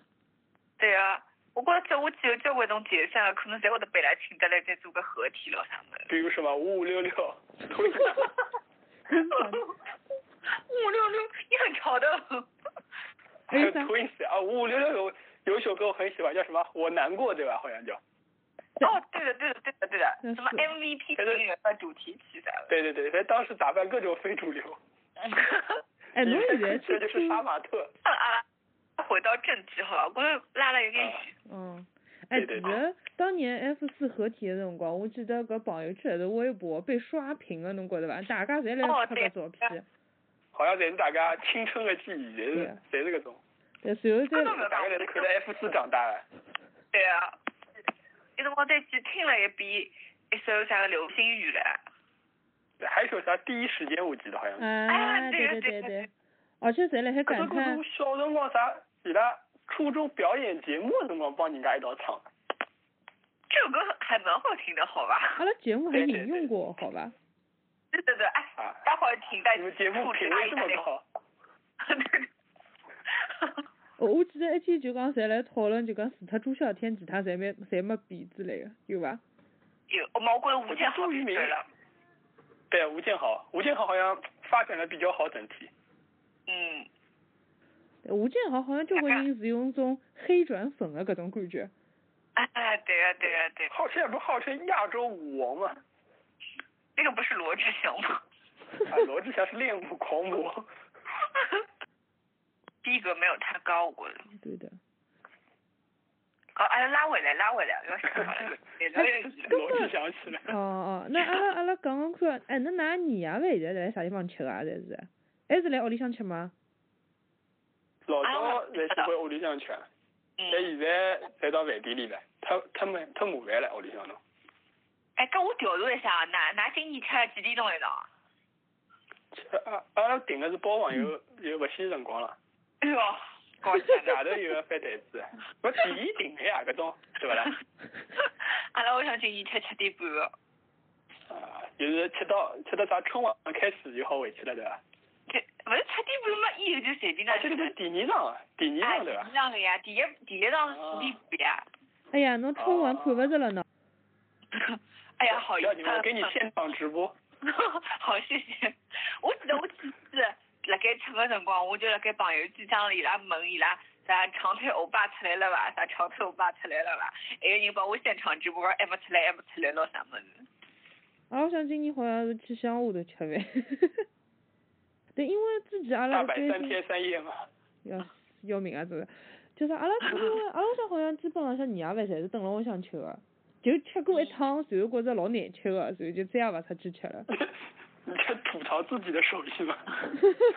[SPEAKER 3] 对啊，我觉得这下去有交关种解散个，可能侪会得被来请得来再做个合体咯啥物事。
[SPEAKER 1] 比如什么五五六六，
[SPEAKER 3] 五六六，你很潮的。
[SPEAKER 2] 还有啥
[SPEAKER 1] ，Twins 啊，五五六六有有一首歌我很喜欢，叫什么？我难过，对吧？好像叫。
[SPEAKER 3] 哦，对的，对的，对的，对的，
[SPEAKER 4] 嗯
[SPEAKER 3] 什么
[SPEAKER 4] 是
[SPEAKER 3] MVP
[SPEAKER 1] 可是
[SPEAKER 3] 名人的主题曲啥的。
[SPEAKER 1] 对对对，他当时打败各种非主流。
[SPEAKER 2] 哎，侬
[SPEAKER 1] *laughs*
[SPEAKER 2] 现在
[SPEAKER 1] 这
[SPEAKER 2] 去
[SPEAKER 1] 就是
[SPEAKER 2] 听
[SPEAKER 1] 杀马特。
[SPEAKER 3] 阿拉 *laughs* 回到正题好了，我又拉了有点
[SPEAKER 1] 啊
[SPEAKER 3] 远。
[SPEAKER 2] 嗯，哎，
[SPEAKER 1] 对对
[SPEAKER 2] 其实当年 F 四合体的辰光，我记得搿朋友圈头微博被刷屏了，侬觉得伐？大家侪来
[SPEAKER 3] 哦
[SPEAKER 2] 拍搿
[SPEAKER 3] 对
[SPEAKER 2] 照片，
[SPEAKER 1] 好像侪是大家青春的记忆，侪是侪是搿种，
[SPEAKER 2] 对，随后
[SPEAKER 3] 真的
[SPEAKER 2] 再
[SPEAKER 3] 没有
[SPEAKER 1] 大家侪是看着 F 四长大的。
[SPEAKER 3] 对啊，那辰光再去听了一遍一首啥个流星雨了。
[SPEAKER 1] 还有一首啥？第一时间我记得好像是。
[SPEAKER 2] 啊，
[SPEAKER 3] 哎
[SPEAKER 2] 对
[SPEAKER 3] 对
[SPEAKER 2] 对对
[SPEAKER 3] 对对
[SPEAKER 2] 对
[SPEAKER 3] 对，
[SPEAKER 2] 而且侪辣海
[SPEAKER 1] 搿
[SPEAKER 2] 感
[SPEAKER 1] 首歌是
[SPEAKER 2] 叹
[SPEAKER 1] 啊我，小辰光啥，伊拉初中表演节目的辰光帮人家一道唱的。
[SPEAKER 3] 这首歌还蛮好听的，好吧
[SPEAKER 2] 阿？拉节目还
[SPEAKER 1] 对对
[SPEAKER 2] 引
[SPEAKER 1] 对
[SPEAKER 2] 用过，好伐？
[SPEAKER 3] 对对对，哎
[SPEAKER 1] 啊，
[SPEAKER 3] 待会儿请大
[SPEAKER 1] 你
[SPEAKER 3] 家
[SPEAKER 1] 们节目品味这么高，
[SPEAKER 3] 对。对对
[SPEAKER 2] 我哦我记得一天就讲侪来讨论，就讲除脱朱孝天，其他侪没侪没变之类个，有伐？
[SPEAKER 3] *laughs* 有，我毛怪吴建豪闭嘴了。
[SPEAKER 1] 对啊吴建豪，吴建豪好像发展的比较好，整体。
[SPEAKER 3] 嗯，
[SPEAKER 2] 吴建豪好像交关人是有那种黑转粉的搿种感觉，
[SPEAKER 3] 哎，对啊，对啊，对啊，
[SPEAKER 1] 号现在不是号称亚洲舞王啊嘛？
[SPEAKER 3] 那个不是罗志祥吗？
[SPEAKER 1] 啊，罗志祥是练舞狂魔。
[SPEAKER 3] 逼格没有他高，我觉得。
[SPEAKER 2] 对的。
[SPEAKER 3] 哦，哎，拉回来，拉回来，不要想好
[SPEAKER 1] *laughs*
[SPEAKER 3] 了，别聊远去了。
[SPEAKER 1] 罗志祥起来
[SPEAKER 2] 哦。哦，那阿拉阿拉讲讲看，哎，那㑚年夜饭现在在啥地方吃个啊？侪是，还是来屋里向吃吗？
[SPEAKER 1] 老早在喜欢屋里向吃，但
[SPEAKER 3] 嗯，
[SPEAKER 1] 哎现在才到饭店里来，太太麻太麻烦了，屋里向弄。
[SPEAKER 3] 哎，跟我调查一下，哪哪今年吃了几点钟一道？
[SPEAKER 1] 阿阿拉订啊的是包房，又又勿限辰光了。
[SPEAKER 3] 哎呦，高兴的。
[SPEAKER 1] *laughs* 外头有个翻台子，我提前订的呀，搿种
[SPEAKER 3] *laughs*
[SPEAKER 1] 对勿啦？
[SPEAKER 3] 阿拉我想今年吃七点半。
[SPEAKER 1] 啊，就是吃到吃到啥春晚开始就好回去了，对伐？
[SPEAKER 3] 这不是七点半嘛，以后就随便
[SPEAKER 1] 啊
[SPEAKER 3] 了。，
[SPEAKER 1] 这个就是第二场啊，第二
[SPEAKER 3] 哎，
[SPEAKER 1] 场对伐
[SPEAKER 3] 第一？趟了呀，第一第一趟是四点半呀。
[SPEAKER 2] 哎呀，侬春晚看勿着了呢。
[SPEAKER 3] 哎呀，好意
[SPEAKER 1] 啊要你
[SPEAKER 3] 思啊
[SPEAKER 1] 们，给你现场直播，
[SPEAKER 3] *laughs* 好谢谢。我记得我几次辣盖吃个辰光，我就辣盖朋友机上伊拉问伊拉啥长腿欧巴出来了伐？啥长腿欧巴出来了伐？还有人帮我现场直播，还没出来，哎还没出来，拿啥物事？
[SPEAKER 2] 啊，我想今年好像是去乡下头吃饭。 *laughs* 对，因为之前阿
[SPEAKER 1] 大
[SPEAKER 2] 拉
[SPEAKER 1] 摆
[SPEAKER 2] 最
[SPEAKER 1] 三
[SPEAKER 2] 近
[SPEAKER 1] 天三夜嘛。
[SPEAKER 2] 要要命啊！这个就是阿拉
[SPEAKER 3] *laughs*
[SPEAKER 2] 春晚，阿拉屋里向好像基本浪向年夜饭侪是蹲辣屋里向吃个，就吃过一趟，然后觉着老难吃个，所以就再也勿出去吃了。 *laughs*
[SPEAKER 1] 你在吐槽自己的手艺吗？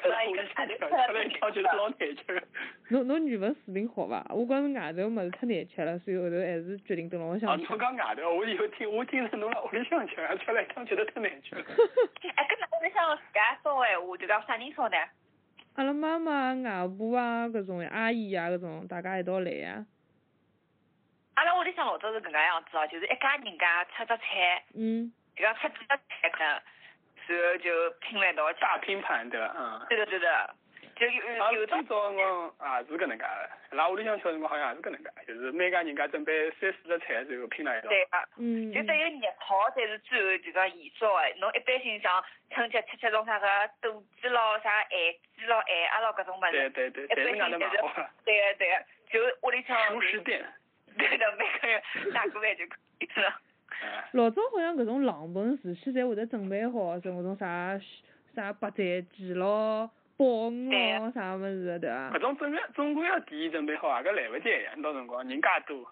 [SPEAKER 3] 来一
[SPEAKER 1] 我
[SPEAKER 3] 个
[SPEAKER 1] 想起来了，一趟觉得老难吃。
[SPEAKER 2] 侬侬语文水平好伐？我觉着外头物事太难吃了，所以后头还是决定蹲辣屋里
[SPEAKER 1] 啊，
[SPEAKER 2] 向吃
[SPEAKER 1] 侬。讲外头，我以后听我听着侬辣屋里向吃，吃了一趟觉得太难吃了。
[SPEAKER 3] 哎，跟哪里向自家烧闲话，哎就讲啥人烧呢？
[SPEAKER 2] *laughs* 阿拉妈妈、外婆啊，搿种阿姨啊，搿种大家一道来啊呀、
[SPEAKER 3] 阿拉屋里向老早是搿能样子哦，就是一家人家出只菜，
[SPEAKER 2] 嗯，
[SPEAKER 3] 就讲出几只菜可能，然后就拼了一道吃。
[SPEAKER 1] 大拼盘对伐？嗯。
[SPEAKER 3] 对的对的，就有
[SPEAKER 1] 啊，
[SPEAKER 3] 有
[SPEAKER 1] 最
[SPEAKER 3] 种
[SPEAKER 1] 早辰光也是搿能介的，拉屋里向小辰光好像也是搿能介，就是每家人家准备三四个菜，然后拼辣一道。
[SPEAKER 3] 对啊。
[SPEAKER 2] 嗯，
[SPEAKER 3] 就只有热炒才是最后就讲燃烧的。侬一般性像春节吃吃种啥个肚子咯、啥咸鸡咯、咸鸭咯搿种物
[SPEAKER 1] 对
[SPEAKER 3] 事，
[SPEAKER 1] 对对，侪是外头买好的，
[SPEAKER 3] 对个对个，就屋里向
[SPEAKER 1] 熟食店。
[SPEAKER 3] 对的，每个人拿过来就可以了。
[SPEAKER 1] 哎
[SPEAKER 2] 老早好像搿种冷盆事先侪会得准备好，什么种啥啥白斩鸡咯、鲍鱼
[SPEAKER 3] 对
[SPEAKER 2] 咯
[SPEAKER 3] 呀
[SPEAKER 2] 啥物事的，对伐
[SPEAKER 1] 啊搿？种准备总归要提前准备好啊，搿来勿及呀，到辰光人介多。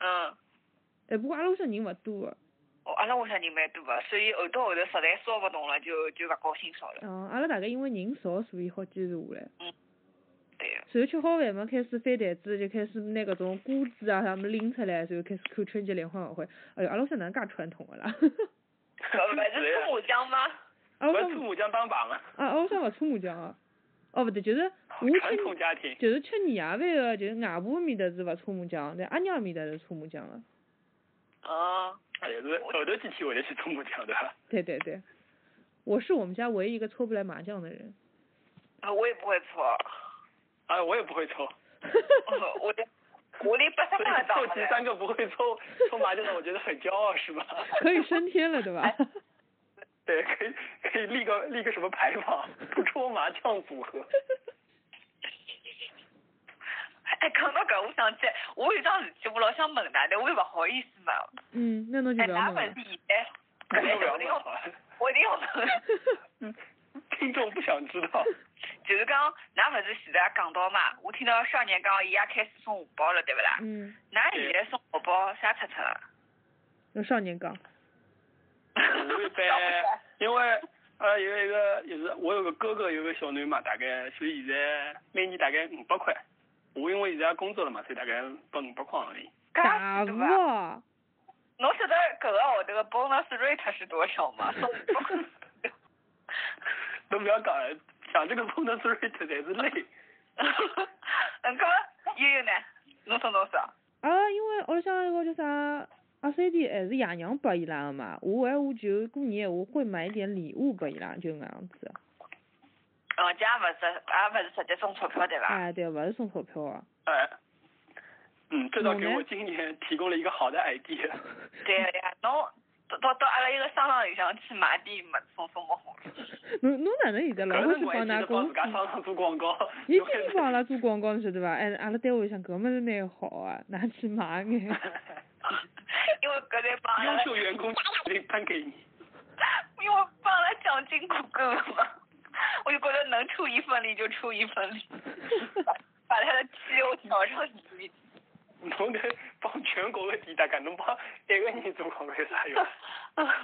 [SPEAKER 3] 嗯，
[SPEAKER 2] 哎，不过阿拉屋里向人勿多个，
[SPEAKER 3] 哦，阿拉屋里向人蛮多个，所以后头后头实在烧勿动了，就就勿高兴烧了。
[SPEAKER 2] 嗯，阿拉大概因为人少，所以好坚持下来。
[SPEAKER 3] 对啊个，
[SPEAKER 2] 随后吃好饭嘛，开始翻台子，就开始拿搿种瓜子啊啥物事拎出来，然后开始看春节联欢晚会。哎哟，阿拉屋里向哪能介传统个啦？
[SPEAKER 1] *laughs*
[SPEAKER 3] 勿勿是搓麻将吗？
[SPEAKER 2] 阿拉屋
[SPEAKER 1] 勿
[SPEAKER 2] 里
[SPEAKER 1] 搓
[SPEAKER 2] 向
[SPEAKER 1] 麻将打牌嘛，
[SPEAKER 2] 啊，阿拉屋里向勿搓麻将个。哦，勿对，就是我
[SPEAKER 1] 传
[SPEAKER 2] 吃
[SPEAKER 1] 统家庭。
[SPEAKER 2] 就是吃年夜饭个，就是外婆面搭是勿搓麻将，但阿娘面搭是搓麻将个。
[SPEAKER 1] 啊
[SPEAKER 3] 嗯，
[SPEAKER 1] 就是后头几天会得去搓麻将对伐？
[SPEAKER 2] 对对对，我是我们家唯一一个搓不来麻将的人。
[SPEAKER 3] 啊我也不会
[SPEAKER 1] *laughs*
[SPEAKER 3] 搓，
[SPEAKER 1] 啊，我也不会搓，
[SPEAKER 3] 哦我连我连八十
[SPEAKER 1] 所以
[SPEAKER 3] 分也打
[SPEAKER 1] 凑
[SPEAKER 3] 不
[SPEAKER 1] 齐
[SPEAKER 3] 来。
[SPEAKER 1] 三个不会搓搓麻将的，我觉得很骄傲是吧？
[SPEAKER 2] 可以升天了，对
[SPEAKER 1] 哎
[SPEAKER 2] 吧？
[SPEAKER 1] *laughs* 对，可以可以立个立个什么排行榜，不搓麻将组合。
[SPEAKER 3] 哎，哎，讲到搿，我想起我有桩事体，我老想问㑚，但我又勿好意思问。
[SPEAKER 2] 嗯，那侬就
[SPEAKER 3] 哎，
[SPEAKER 2] 不要
[SPEAKER 3] 㑚
[SPEAKER 2] 问
[SPEAKER 3] 问
[SPEAKER 2] 了。
[SPEAKER 3] 题现在，
[SPEAKER 1] 那就不要
[SPEAKER 3] 我一定
[SPEAKER 1] 问
[SPEAKER 3] 要
[SPEAKER 1] 了，
[SPEAKER 3] 哎我一定要 *laughs* 问。
[SPEAKER 1] 啊听众不想知
[SPEAKER 2] *laughs*
[SPEAKER 1] 道。
[SPEAKER 3] 就是讲，㑚勿是前头也讲到嘛？我听到少年讲，伊也开始送红包了，对勿啦？
[SPEAKER 2] 嗯，
[SPEAKER 3] 㑚现在送红包啥尺寸啊？
[SPEAKER 2] 有少年
[SPEAKER 1] *laughs*
[SPEAKER 2] 讲，
[SPEAKER 1] 我一般因为阿拉有一个，就是我有个哥哥，有个小囡嘛，大概所以现在每年大概五百块。我因为现在工作了嘛，所以大概拨五百块行钿。
[SPEAKER 2] 大
[SPEAKER 3] 搿
[SPEAKER 2] 户
[SPEAKER 3] 是伐？
[SPEAKER 2] 啊，
[SPEAKER 3] 侬晓得搿个号头个 bonus rate 是多少吗？送红包
[SPEAKER 1] *laughs* 都不要讲了，讲这个 bonus rate 才是累。
[SPEAKER 3] *laughs* 嗯，搿么悠悠呢？侬送多少？
[SPEAKER 2] 阿拉啊因为屋里向那个叫啥，阿三弟啊还是爷娘拨伊拉个嘛，我闲话就过年闲话会买一点礼物拨伊拉，就搿样子。
[SPEAKER 3] 嗯，这也勿是，也勿是直接送钞票对伐？
[SPEAKER 2] 哎，对，勿是送钞票啊。
[SPEAKER 1] 哎，嗯，这倒
[SPEAKER 2] 侬
[SPEAKER 1] 给
[SPEAKER 2] 呢
[SPEAKER 1] 我今年提供了一个好的 idea。
[SPEAKER 3] 对个呀，侬到到到阿拉一个商场里向去买点物事送送拨我。
[SPEAKER 2] 侬侬哪能现在老
[SPEAKER 1] 搿
[SPEAKER 2] 欢喜
[SPEAKER 1] 辰
[SPEAKER 2] 帮嗯㑚
[SPEAKER 1] 光还记得帮自家
[SPEAKER 2] 公
[SPEAKER 1] 商场做广告，
[SPEAKER 2] 伊经是帮阿
[SPEAKER 1] *laughs*
[SPEAKER 2] 拉做广告，侬晓得伐？哎，阿拉单位里向搿物事蛮好啊，拿去买
[SPEAKER 1] *laughs*
[SPEAKER 2] 眼。
[SPEAKER 3] *laughs* 因为搿在帮阿拉
[SPEAKER 1] 优，秀员工奖金颁给你。
[SPEAKER 3] *laughs* 因为帮阿拉奖金过够了嘛， *laughs* 我就觉得能出一份力就出一份力， *laughs* 把把他的肌肉调上去。
[SPEAKER 1] 侬能帮全国个地大概侬帮一个人做广告有啥用？
[SPEAKER 3] *laughs*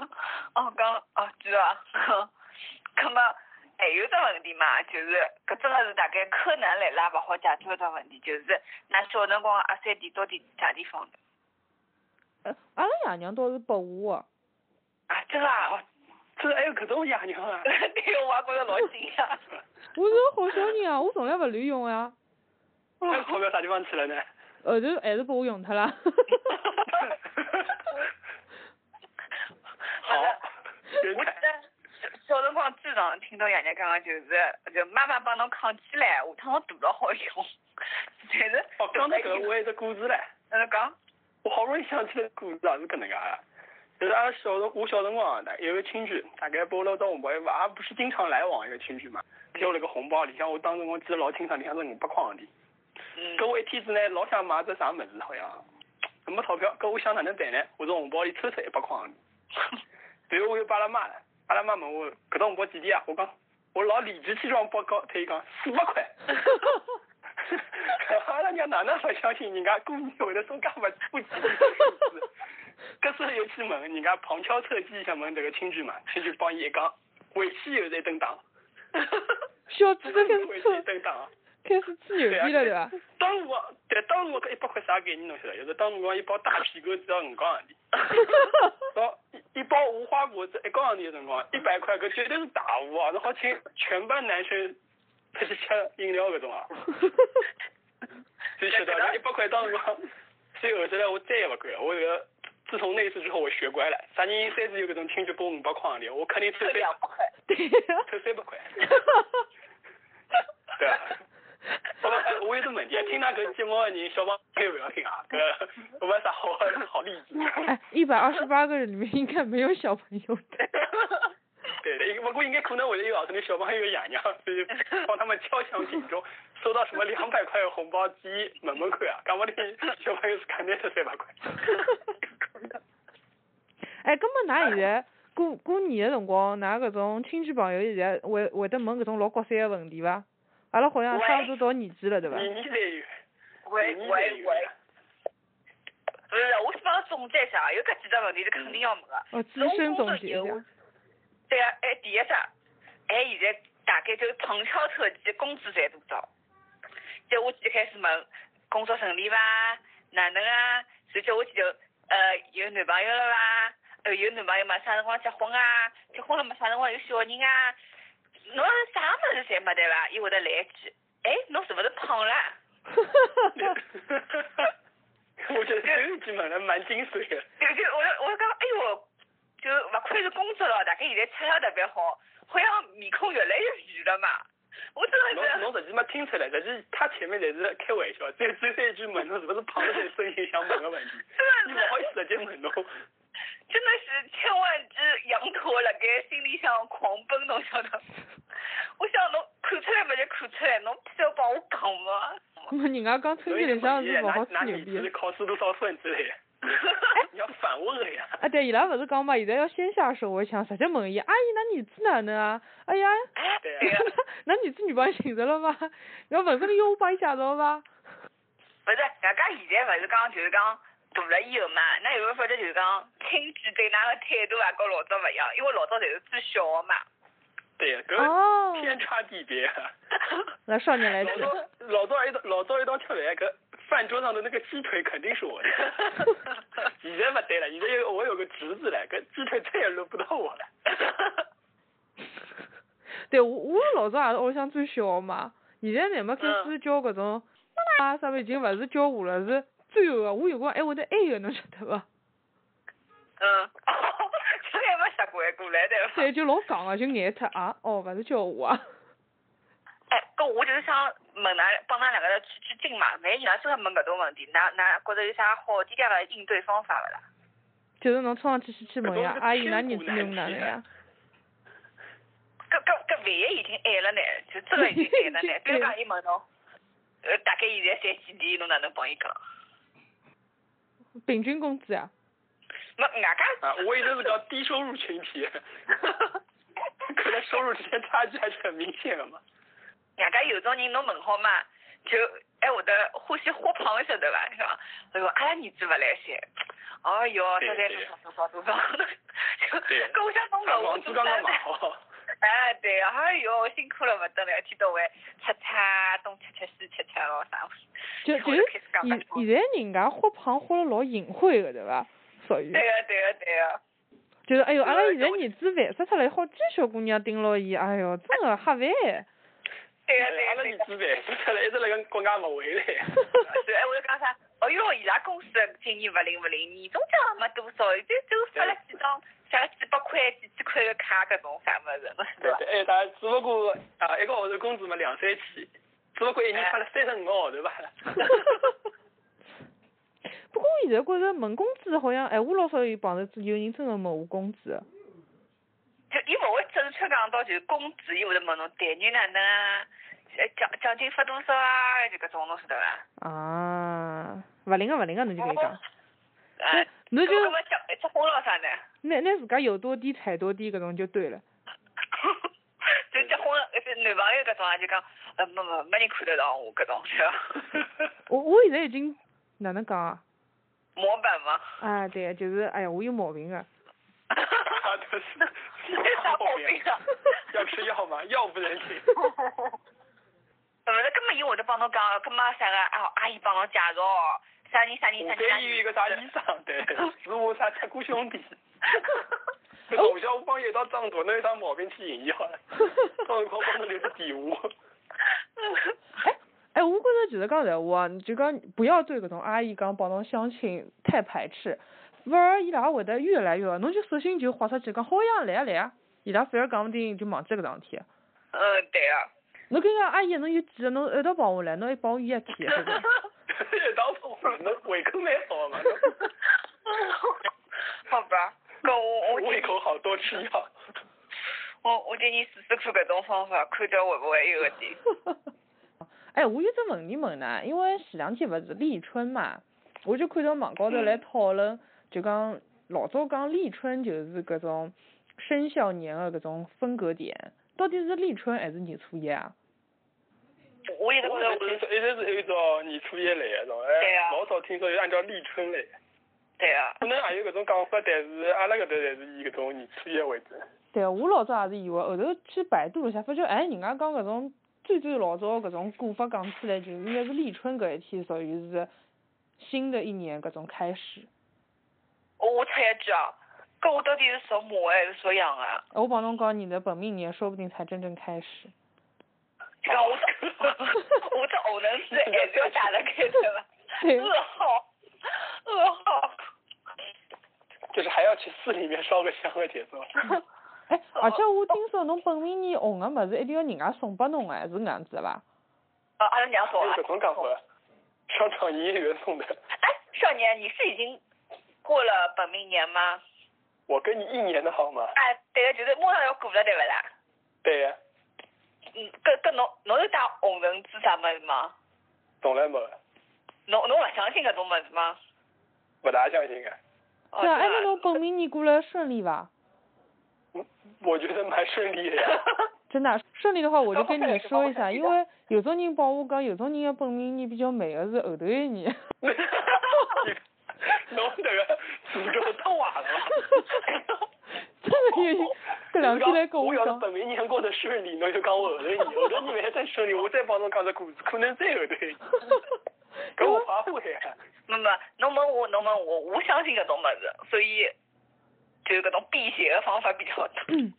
[SPEAKER 1] *laughs*
[SPEAKER 3] 哦，刚哦，知道啊。 *laughs* 那么还有只问题嘛，就是搿真的是大概柯南来了勿好解决的问题，就是㑚小辰光阿啊三弟到底啥地 *laughs* 方的？
[SPEAKER 2] 呃阿拉爷娘倒是拨我个，
[SPEAKER 3] 啊，真的啊，
[SPEAKER 1] 这哎还有搿种爷
[SPEAKER 2] *laughs*
[SPEAKER 1] 娘啊！
[SPEAKER 3] 对，我也觉着老惊讶。
[SPEAKER 2] 我是个好小人啊，我从来勿乱用啊。
[SPEAKER 1] 那钞票啥地方去了呢？ *laughs*
[SPEAKER 2] 后头还是哎拨我用脱 *laughs* 了。
[SPEAKER 1] *laughs*
[SPEAKER 2] *laughs*
[SPEAKER 1] 好，人
[SPEAKER 3] 我记
[SPEAKER 1] 才
[SPEAKER 3] 得小辰光最常听到爷娘讲的就是，就妈妈帮侬扛起来，下趟侬大了好用。 *laughs* 但是，
[SPEAKER 1] 哦，讲到搿个我有一只故事唻，
[SPEAKER 3] 嗯，讲，
[SPEAKER 1] 我好不容易想起来故事也是搿能介个。就是阿拉小辰，我小辰光啊，大概有个亲戚，大概拨了张红包，也不是经常来往一个亲戚嘛，丢了个红包，里向我当时我记得老清爽，里向是五百块行钿。
[SPEAKER 3] 嗯，
[SPEAKER 1] 搿我一天子呢，老想买只啥物事，好像搿没钞票，搿我想哪能办呢？我从红包里抽出一百块行钿，然后我又把阿拉妈了，阿拉妈问我搿只红包几钿啊？我讲我老理直气壮报告他伊讲四百块。 *laughs* 阿拉娘哪能勿相信人家过年会得送介勿不吉利的数字？搿时候又去问人家旁敲侧击一下问迭个亲戚嘛，亲戚帮伊一讲，回去又是一 *laughs* 顿打，
[SPEAKER 2] 小猪都开
[SPEAKER 1] 回
[SPEAKER 2] 始
[SPEAKER 1] 去一
[SPEAKER 2] 吹
[SPEAKER 1] 顿 *laughs* 打。
[SPEAKER 2] 开始吹牛逼了，对伐？
[SPEAKER 1] 当时我，但当时我搿一百块啥概念侬晓得？就是当时我一包大皮狗只要五角行钿，
[SPEAKER 3] *laughs*
[SPEAKER 1] 到一一包无花果子一角行钿的辰光，一百块搿绝对是大户啊！侬好请全班男生出去吃饮料搿种
[SPEAKER 3] *laughs*
[SPEAKER 1] 啊，就晓得伐？一百块当时光，所以后头来我再也勿敢了。我这个自从那一次之后，我学乖了。啥人三是有搿种亲戚拨五百块行钿，我肯定
[SPEAKER 3] 这
[SPEAKER 1] 抽三
[SPEAKER 3] 两百块。
[SPEAKER 2] 对
[SPEAKER 1] 抽三百块。对啊。好吧，哎我有只问题，听那个节目的人，小朋友不要听啊，搿我没啥好好啊例子。
[SPEAKER 2] *laughs* 哎，一百二十八个人里面应该没有小朋友的。
[SPEAKER 1] 对的，不过应该可能会有老师的小朋友有爷娘，所以帮他们敲响警钟，收到什么两百块的红包，第一问问看啊，讲不定小朋友是肯定是三百块。
[SPEAKER 2] 哎，根本㑚现在过过年个辰光，㑚搿种亲戚朋友现在会会得问搿种老国三个问题伐？阿拉好像差不多到年纪了，对伐？
[SPEAKER 1] 年年侪有，
[SPEAKER 3] 喂
[SPEAKER 1] 年
[SPEAKER 3] 喂喂
[SPEAKER 1] 年侪有。。啊
[SPEAKER 3] 不是，哎我是帮总结一下，有搿几只问题是肯定要问的。
[SPEAKER 2] 哦，资深总结一 *laughs* 下。
[SPEAKER 3] 对啊，哎，第一只，哎，现在大概就是旁敲侧击，工资赚多少？接下去就开始问工作顺利伐？哪能啊？所以接下去就呃有男朋友了伐？呃有男朋友嘛？啥辰光结婚啊？结婚了嘛？啥辰光有小人啊？侬是啥物事侪没对伐？伊会得来一句，哎，侬是勿是胖了？
[SPEAKER 1] *laughs*
[SPEAKER 3] *laughs*
[SPEAKER 1] 我觉得这一集问了蛮精髓的。
[SPEAKER 3] 就就我就我就讲，哎哟，就勿愧是工作了，大家现在吃相特别好，好像面孔越来越圆了嘛。 *laughs* 我真的
[SPEAKER 1] 侬
[SPEAKER 3] 是，
[SPEAKER 1] 侬实际没听出来，实际他前面侪是开玩笑，最最后一句问侬是不是胖了才声音想问
[SPEAKER 2] *laughs*
[SPEAKER 1] 个问题，
[SPEAKER 3] 真
[SPEAKER 1] 你
[SPEAKER 3] 的
[SPEAKER 1] 不好意
[SPEAKER 3] 是，
[SPEAKER 1] 思直接问侬。
[SPEAKER 3] 真的是千万只羊驼辣盖心里向狂奔， *laughs* *laughs* 侬晓得？我想侬看出来勿就看出来，侬偏要帮我讲嘛？
[SPEAKER 2] 那人家讲春
[SPEAKER 1] 所
[SPEAKER 2] 节
[SPEAKER 1] 以
[SPEAKER 2] 里向
[SPEAKER 1] 你
[SPEAKER 2] 是勿
[SPEAKER 1] 啊拿
[SPEAKER 2] 好
[SPEAKER 1] 拿
[SPEAKER 2] 吹牛
[SPEAKER 1] 你
[SPEAKER 2] 逼
[SPEAKER 1] 是。考试多少分之类的，你要反问了呀。
[SPEAKER 2] 啊，对，伊拉勿是讲嘛，现在要先下手为强，直接问伊，阿姨，那儿子哪能啊？哎呀，
[SPEAKER 1] 对啊呀、
[SPEAKER 2] *laughs* 那儿子女朋友寻着了吗？要问这个要我帮伊介绍伐？
[SPEAKER 3] 不是，人家现在勿是讲就是讲大了以后嘛，那有没有发觉就是讲亲戚对㑚个态度啊，跟老早勿一样，因为老早侪是最小个 *laughs* 嘛。
[SPEAKER 1] 对呀、搿
[SPEAKER 2] 哦，哎
[SPEAKER 1] 天差地别啊。
[SPEAKER 2] 那少年来
[SPEAKER 1] 老
[SPEAKER 2] 迟，
[SPEAKER 1] 早老早一道老早一道吃饭，搿哎饭桌上的那个鸡腿肯定是我的。 *laughs* 现在勿对了，现在有我有个侄子了，搿鸡腿再也轮不到我了。
[SPEAKER 2] *laughs*
[SPEAKER 1] *laughs*
[SPEAKER 2] 对我我老早也是屋里向最小嘛，现在乃末开
[SPEAKER 1] 嗯
[SPEAKER 2] 始叫搿种啊啥物事已经勿是叫我了，是最后个，啊我有辰光还会得哎个，侬晓得伐？
[SPEAKER 3] 嗯， *laughs* 这还没习惯过来对伐？
[SPEAKER 2] *laughs* 对，就老戆个，就眼脱啊，哦，勿是叫我啊。 *laughs*
[SPEAKER 3] 哎，搿我就是想问㑚，帮㑚两个人取取经嘛。万一伊拉真个问搿种问题，㑚㑚觉着有啥好低调个应对方法勿啦？
[SPEAKER 2] 就是侬冲上去先去问呀
[SPEAKER 1] 搿，都是
[SPEAKER 2] 阿姨，㑚儿
[SPEAKER 1] 千
[SPEAKER 2] 子
[SPEAKER 1] 古
[SPEAKER 2] 哪能
[SPEAKER 1] 难
[SPEAKER 2] 哪
[SPEAKER 1] 题
[SPEAKER 2] 能
[SPEAKER 1] 啊
[SPEAKER 2] 呀？。
[SPEAKER 3] 搿搿搿万一已经晚了呢，就真个已经晚了呢比如讲伊问侬，呃，大概现在赚几钿，侬哪能帮伊讲？
[SPEAKER 2] 平均工资啊呀？
[SPEAKER 3] 没，外加
[SPEAKER 1] 啊，我一直
[SPEAKER 3] *laughs*
[SPEAKER 1] 是讲低收入群体， *laughs* 可能收入之间差距还是很明显的嘛。
[SPEAKER 3] 外加有种人侬问好嘛，就哎还会得欢喜豁胖晓得伐？是吧？哎呦，阿拉儿子勿来三，哦哟，大概多少多少多少，就
[SPEAKER 1] *laughs* 对
[SPEAKER 3] 搿我想侬
[SPEAKER 1] 啊
[SPEAKER 3] 问我
[SPEAKER 1] 房租刚刚买好， *laughs*
[SPEAKER 3] 哎，对，哎哟，辛苦了勿得了，一哎天到晚吃吃东吃吃西吃吃咯啥，
[SPEAKER 2] 就
[SPEAKER 3] 一
[SPEAKER 2] 就
[SPEAKER 3] 会
[SPEAKER 2] 是
[SPEAKER 3] 儿开始讲
[SPEAKER 2] 现
[SPEAKER 3] 白话
[SPEAKER 2] 现在人家豁胖豁了老隐晦个对伐？属于
[SPEAKER 3] 对个对个对啊个。
[SPEAKER 2] 就是哎哟，阿拉
[SPEAKER 3] 对
[SPEAKER 2] 现在
[SPEAKER 3] 我
[SPEAKER 2] 儿子烦死脱了，好几个小姑娘盯牢伊，哎哟，真个吓烦。
[SPEAKER 3] 对个
[SPEAKER 1] 哎阿拉
[SPEAKER 3] 对啊
[SPEAKER 1] 儿
[SPEAKER 3] 个，
[SPEAKER 1] 子呗，出来一直辣跟国家勿回来。
[SPEAKER 3] *laughs* 是哎，我就讲啥？哦哟，伊拉公司今年勿灵勿灵，年终奖也没多少，就就发了几张啥几百块、几千块个卡搿种啥物事，侬
[SPEAKER 1] 对
[SPEAKER 3] 晓得伐？
[SPEAKER 1] 对，哎，他只不过啊一个号头工资嘛两三千，只不过一
[SPEAKER 3] 哎
[SPEAKER 1] 年发了三十五个号
[SPEAKER 3] *laughs*
[SPEAKER 1] 头吧。
[SPEAKER 2] *laughs* 不过我现在觉着问工资好像，哎，我老少有碰着有人真个问我工资，
[SPEAKER 3] 就伊勿会正确讲到就是工资，伊会得问侬待遇哪能啊，呃奖奖金发多少啊，就搿种侬晓得伐？
[SPEAKER 2] 啊，勿灵个勿灵个，侬就跟伊
[SPEAKER 3] 哦
[SPEAKER 2] 讲，
[SPEAKER 3] 哎，
[SPEAKER 2] 侬就
[SPEAKER 3] 搿么结结婚了啥呢？ *laughs*
[SPEAKER 2] 拿拿自家有多低踩多低搿种就对了。
[SPEAKER 3] 就结婚了，就男朋友搿种啊，就讲呃没没没人看得上我搿种是伐？
[SPEAKER 2] 我我现在已经哪能讲啊？
[SPEAKER 3] *laughs* 模板嘛。 *laughs*
[SPEAKER 2] 啊，对个，就是哎呀，我有毛病个、
[SPEAKER 1] 他都
[SPEAKER 3] *laughs*
[SPEAKER 1] *laughs* 是
[SPEAKER 3] 有啥毛病啊？
[SPEAKER 1] 要吃药吗？药不能
[SPEAKER 3] *laughs*
[SPEAKER 1] 停。
[SPEAKER 3] 不是，根本伊会得帮侬讲，根本啥个啊，阿姨帮侬介绍，啥人啥人
[SPEAKER 1] 湖
[SPEAKER 3] 啥
[SPEAKER 1] 北
[SPEAKER 3] 人。
[SPEAKER 1] 医院一个啥医生，
[SPEAKER 3] *laughs*
[SPEAKER 1] 对，是我啥七姑兄弟。从小帮一道长大，侬有啥毛病去寻伊
[SPEAKER 3] *laughs*
[SPEAKER 1] 好了。啊 *laughs* 到辰光帮侬留个底窝。
[SPEAKER 2] 哎，我觉着就是讲实话啊，就讲不要对搿种阿姨讲帮侬相亲太排斥，反而伊拉会得越来越，侬就索性就豁出去讲好呀，来啊来啊，伊拉反而讲不定就忘记搿桩事体了。
[SPEAKER 3] 嗯，对啊。
[SPEAKER 2] 侬跟伊讲阿姨，侬有几个，侬一道帮我来，侬还帮我约一天，对伐？
[SPEAKER 1] 一道跑了，侬胃口蛮好嘛，
[SPEAKER 3] 好吧，搿我我
[SPEAKER 1] 侬胃口好，多吃药。
[SPEAKER 3] 我我建议试试看搿种方法，看叫会不会有个点。
[SPEAKER 2] *laughs* 哎，我有只问题问呐，因为前两天勿是立春嘛，我就看到网高头来讨论，就讲老早讲立春就是搿种生肖年的搿种分隔点，到底是立春还是年初一啊？
[SPEAKER 3] 我也是
[SPEAKER 1] 我
[SPEAKER 3] 觉得
[SPEAKER 1] 是听
[SPEAKER 3] 我，
[SPEAKER 1] 说一直是按照年初一来的，从
[SPEAKER 3] 对
[SPEAKER 1] 哎
[SPEAKER 3] 啊
[SPEAKER 1] 老早听说是按照立春来的，
[SPEAKER 3] 对啊。
[SPEAKER 1] 可能也有搿种讲法，但是阿拉搿搭侪是以搿种年初一为准。
[SPEAKER 2] 对啊，我老早也是以为，后头去百度了一下，发觉哎，人家讲搿种最最老早搿种古法讲起来，就应该是立春搿一天，属于是新的一年搿种开始。
[SPEAKER 3] 我我插一句啊，搿我到底是属马还是属羊
[SPEAKER 1] *laughs*
[SPEAKER 3] 啊？
[SPEAKER 2] 哎我帮侬讲，你的本命年说不定才真正开始。
[SPEAKER 3] 就讲我这我这偶能是还是要打得开的
[SPEAKER 1] *laughs*
[SPEAKER 3] 吧？
[SPEAKER 2] 对
[SPEAKER 3] 噩耗，噩耗。
[SPEAKER 1] 就是还要去寺里面烧个香的节奏。
[SPEAKER 2] 哎，
[SPEAKER 3] 哦
[SPEAKER 2] 而且我听说侬本命年红个物事一定要人家送拨侬哎，是搿样子的伐？
[SPEAKER 3] 啊，阿拉娘说
[SPEAKER 1] 有
[SPEAKER 3] 啊
[SPEAKER 1] 搿，种讲法，商场营业员送的。
[SPEAKER 3] 哎，少年，你是已经过了本命年吗？
[SPEAKER 1] 我跟你一年的好吗？
[SPEAKER 3] 哎，对个，就是马上要过了，对勿啦？
[SPEAKER 1] 对呀、
[SPEAKER 3] 嗯，搿搿侬侬有带红绳子啥物事吗？
[SPEAKER 1] 从来没有，
[SPEAKER 3] 侬侬勿相信搿种物事吗？
[SPEAKER 1] 不大相信啊。
[SPEAKER 3] 哦
[SPEAKER 2] 对啊，哎，
[SPEAKER 3] 真的
[SPEAKER 2] 那侬本命年过来顺利伐？
[SPEAKER 1] 我觉得蛮顺利的呀。
[SPEAKER 2] 真的啊顺利的话，我就
[SPEAKER 3] *laughs* 那
[SPEAKER 2] 跟
[SPEAKER 3] 我
[SPEAKER 2] 你
[SPEAKER 3] 也是
[SPEAKER 2] 说
[SPEAKER 3] 帮
[SPEAKER 2] 一
[SPEAKER 3] 我
[SPEAKER 2] 下，
[SPEAKER 3] 记
[SPEAKER 2] 因
[SPEAKER 3] 得
[SPEAKER 2] 为有种人帮我讲，有种人的本命年比较美的是后头一年。
[SPEAKER 1] 侬这个诅咒太晚了吧。
[SPEAKER 2] 真的有人搿两天来跟
[SPEAKER 1] 我
[SPEAKER 2] 我
[SPEAKER 1] 要是
[SPEAKER 2] 讲，
[SPEAKER 1] *laughs* 本命年过得顺利，侬就讲我后头年，后头年还再顺利，我再帮侬讲只故事，可能再后头一年，搿我发火呀。
[SPEAKER 3] 没没，侬问我，侬问我，我相信搿种物事，所以就是搿种避邪的方法比较多。
[SPEAKER 2] 嗯
[SPEAKER 3] *laughs*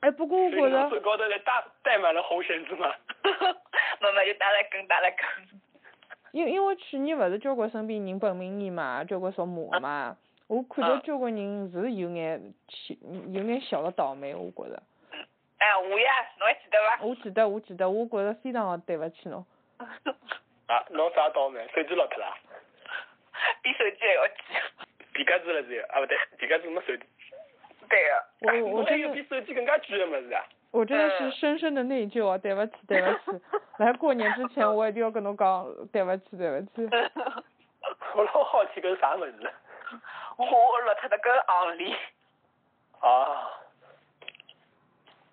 [SPEAKER 2] 哎，不过我
[SPEAKER 1] 所以
[SPEAKER 2] 觉
[SPEAKER 1] 侬
[SPEAKER 2] 得，
[SPEAKER 1] 手高头来带带满了红绳子嘛。
[SPEAKER 3] 没没，就打来跟打来跟。
[SPEAKER 2] 因因为去年勿是交关身边人本命年嘛，交关属马的嘛，我看到
[SPEAKER 3] 啊
[SPEAKER 2] 交关人是有眼小有眼小的倒霉，我觉着。
[SPEAKER 3] 哎，我呀，侬还记得伐？
[SPEAKER 2] 我记得，我记得，我觉着非常的对勿起侬。
[SPEAKER 1] 啊，侬啥倒霉？手机落脱了啊，
[SPEAKER 3] 比手机还要记。
[SPEAKER 1] 皮夹子了只有，啊不对，皮夹子没手机。
[SPEAKER 3] 对啊个、
[SPEAKER 2] 我
[SPEAKER 1] 哎
[SPEAKER 2] 我
[SPEAKER 1] 侬
[SPEAKER 2] 我
[SPEAKER 1] 还
[SPEAKER 2] 真
[SPEAKER 1] 有
[SPEAKER 2] 的
[SPEAKER 1] 比手机更加贵的么子啊？
[SPEAKER 2] 我真的是深深的内疚啊，对勿起，对勿起。来过年之前，我一定要跟侬讲，对勿起，对勿起。
[SPEAKER 1] 我老好奇搿是啥么子。
[SPEAKER 3] *laughs* 我落脱了个行里，
[SPEAKER 1] 啊，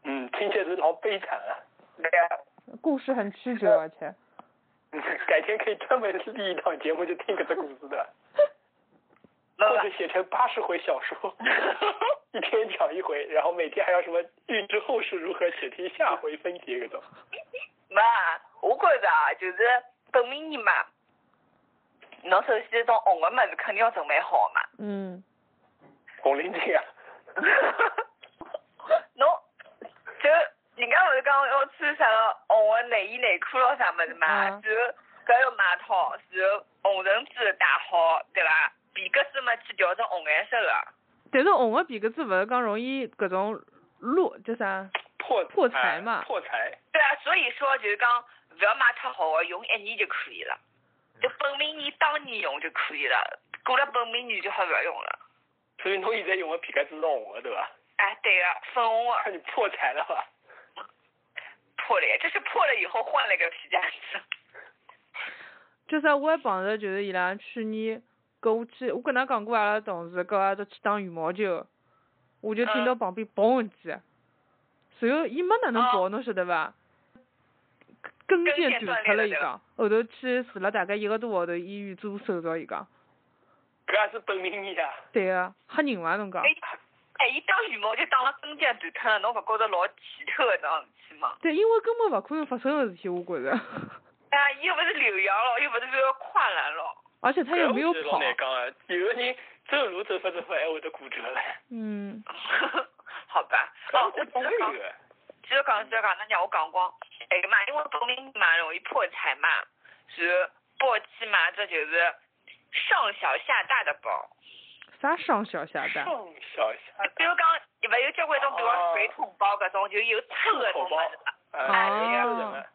[SPEAKER 1] 嗯，听起来是老悲惨啊。
[SPEAKER 3] 对个、
[SPEAKER 2] 故事很曲折，而且。
[SPEAKER 1] *laughs* 改天可以专门立一档节目，就听搿只故事的，
[SPEAKER 3] 没
[SPEAKER 1] 或者
[SPEAKER 3] 没，
[SPEAKER 1] 写成八十回小说，一天讲一回，然后每天还要什么预知后事如何，且听下回分解搿种。
[SPEAKER 3] 没，我觉着啊，就是本命年嘛，侬首先种红个物事肯定要准备好嘛。 *laughs*
[SPEAKER 2] 嗯。
[SPEAKER 1] 红领巾啊，
[SPEAKER 3] 侬就人家勿是讲要穿啥个红个内衣内裤咯啥物事嘛，然后
[SPEAKER 2] 嗯
[SPEAKER 3] 搿要买套，然后红绳子戴好，对伐？皮革子嘛去调成红颜色个，
[SPEAKER 2] 但是红个皮革子勿是讲容易搿种落，叫啥？
[SPEAKER 1] 破
[SPEAKER 2] 破财嘛
[SPEAKER 1] 破财。
[SPEAKER 3] 对啊，所以说就是讲勿要买太好个，用一年就可以了，就本命年当年用就可以了，过了本命年就好勿要用了。
[SPEAKER 1] 所以侬现在用的皮夹子是红的对伐？
[SPEAKER 3] 哎，对个、粉红个、
[SPEAKER 1] 看你破财了吧？
[SPEAKER 3] 破了，这是破了以后换了个皮夹子。
[SPEAKER 2] 就是我还碰着，就是伊拉去年跟我去，我跟㑚讲过阿拉同事跟阿拉去打羽毛球，我就听到
[SPEAKER 3] 嗯
[SPEAKER 2] 旁边嘣一记，随后伊没哪能跑，侬晓得伐？跟
[SPEAKER 3] 跟
[SPEAKER 2] 腱
[SPEAKER 3] 腱
[SPEAKER 2] 断
[SPEAKER 3] 断
[SPEAKER 2] 脱了，
[SPEAKER 3] 裂了
[SPEAKER 2] 伊
[SPEAKER 3] 对
[SPEAKER 2] 讲，后头去住了大概一个多号头医院做手术，伊讲，
[SPEAKER 1] 搿也是本命年啊！
[SPEAKER 2] 对啊，吓人伐侬讲？
[SPEAKER 3] 哎，哎，伊打羽毛球打了跟腱断脱了，侬勿觉着老奇特搿桩事体吗？
[SPEAKER 2] 对，因为根本勿可能发生的事体，我觉着，
[SPEAKER 3] 哎呀，又勿是留洋咯，又勿是要跨栏咯。
[SPEAKER 2] 而且他也没有
[SPEAKER 1] 搿我觉得
[SPEAKER 2] 跑
[SPEAKER 1] 老，难讲啊，有个人走路走法走法还会得哎骨折嘞。
[SPEAKER 2] 嗯，
[SPEAKER 3] *laughs* 好吧，哦，我
[SPEAKER 1] 搿
[SPEAKER 3] 继
[SPEAKER 1] 总
[SPEAKER 3] 续
[SPEAKER 1] 归有
[SPEAKER 3] 讲，
[SPEAKER 1] 个。
[SPEAKER 3] 继
[SPEAKER 1] 嗯
[SPEAKER 3] 续讲，继续讲，那让我讲光，哎个嘛，因为本命嘛容易破财嘛，是包起嘛，这就是上小下大的包。
[SPEAKER 2] 啥上小下蛋？
[SPEAKER 1] 上小下
[SPEAKER 3] 比如讲，勿有交关种，比如
[SPEAKER 1] 哦
[SPEAKER 3] 讲水桶包搿种，就有侧搿种
[SPEAKER 1] 口
[SPEAKER 3] 物
[SPEAKER 1] 包
[SPEAKER 3] 事嘛。，
[SPEAKER 1] 哎，有人啊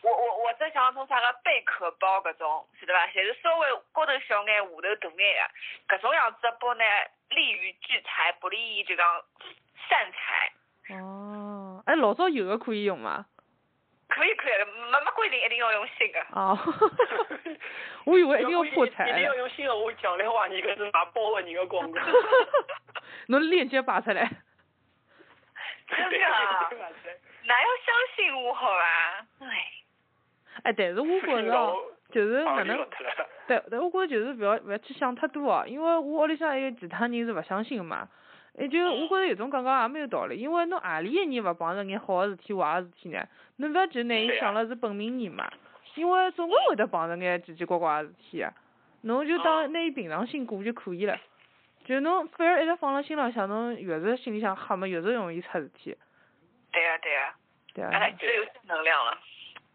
[SPEAKER 3] 我我我只想从啥个贝壳包搿种，晓得伐？侪是稍微高头小眼，下头大眼个，搿种样子的包呢，利于聚财，不利于就讲散财。
[SPEAKER 2] 哦，哎，老早有个可以用嘛？
[SPEAKER 3] 可以可以，没没规定一定要用新个。
[SPEAKER 2] 哦， *laughs* 我以为一定要破
[SPEAKER 1] 一
[SPEAKER 2] 财
[SPEAKER 1] 定要
[SPEAKER 2] 嘞，
[SPEAKER 1] 用心了。我讲的话，你可是拿包的人的广告。
[SPEAKER 2] *laughs* 侬链接摆出来。
[SPEAKER 3] 真的啊，哪要相信我好伐？哎，
[SPEAKER 2] 哎，但是我觉着
[SPEAKER 1] *laughs*
[SPEAKER 2] 哦，就是哪能，对，但我觉着就是不要不要去想太多哦，因为我屋里向还有其他人是勿相信嘛。哎，就
[SPEAKER 1] 嗯
[SPEAKER 2] 我觉着有种讲讲也蛮有道理，因为侬何里一年勿碰着眼好个事体、坏个事体呢？侬勿要就拿伊
[SPEAKER 1] 对呀
[SPEAKER 2] 想了是本命年嘛，因为总归会得碰着眼奇奇怪怪个事体啊。侬就
[SPEAKER 1] 嗯
[SPEAKER 2] 当拿伊平常心过就可以了。就侬反而一直放辣心浪向，侬越是心里向黑嘛，越是容易出事体，
[SPEAKER 3] 对啊对啊，
[SPEAKER 2] 对
[SPEAKER 3] 阿拉
[SPEAKER 1] 哎
[SPEAKER 2] 啊。
[SPEAKER 3] 只有正能量了。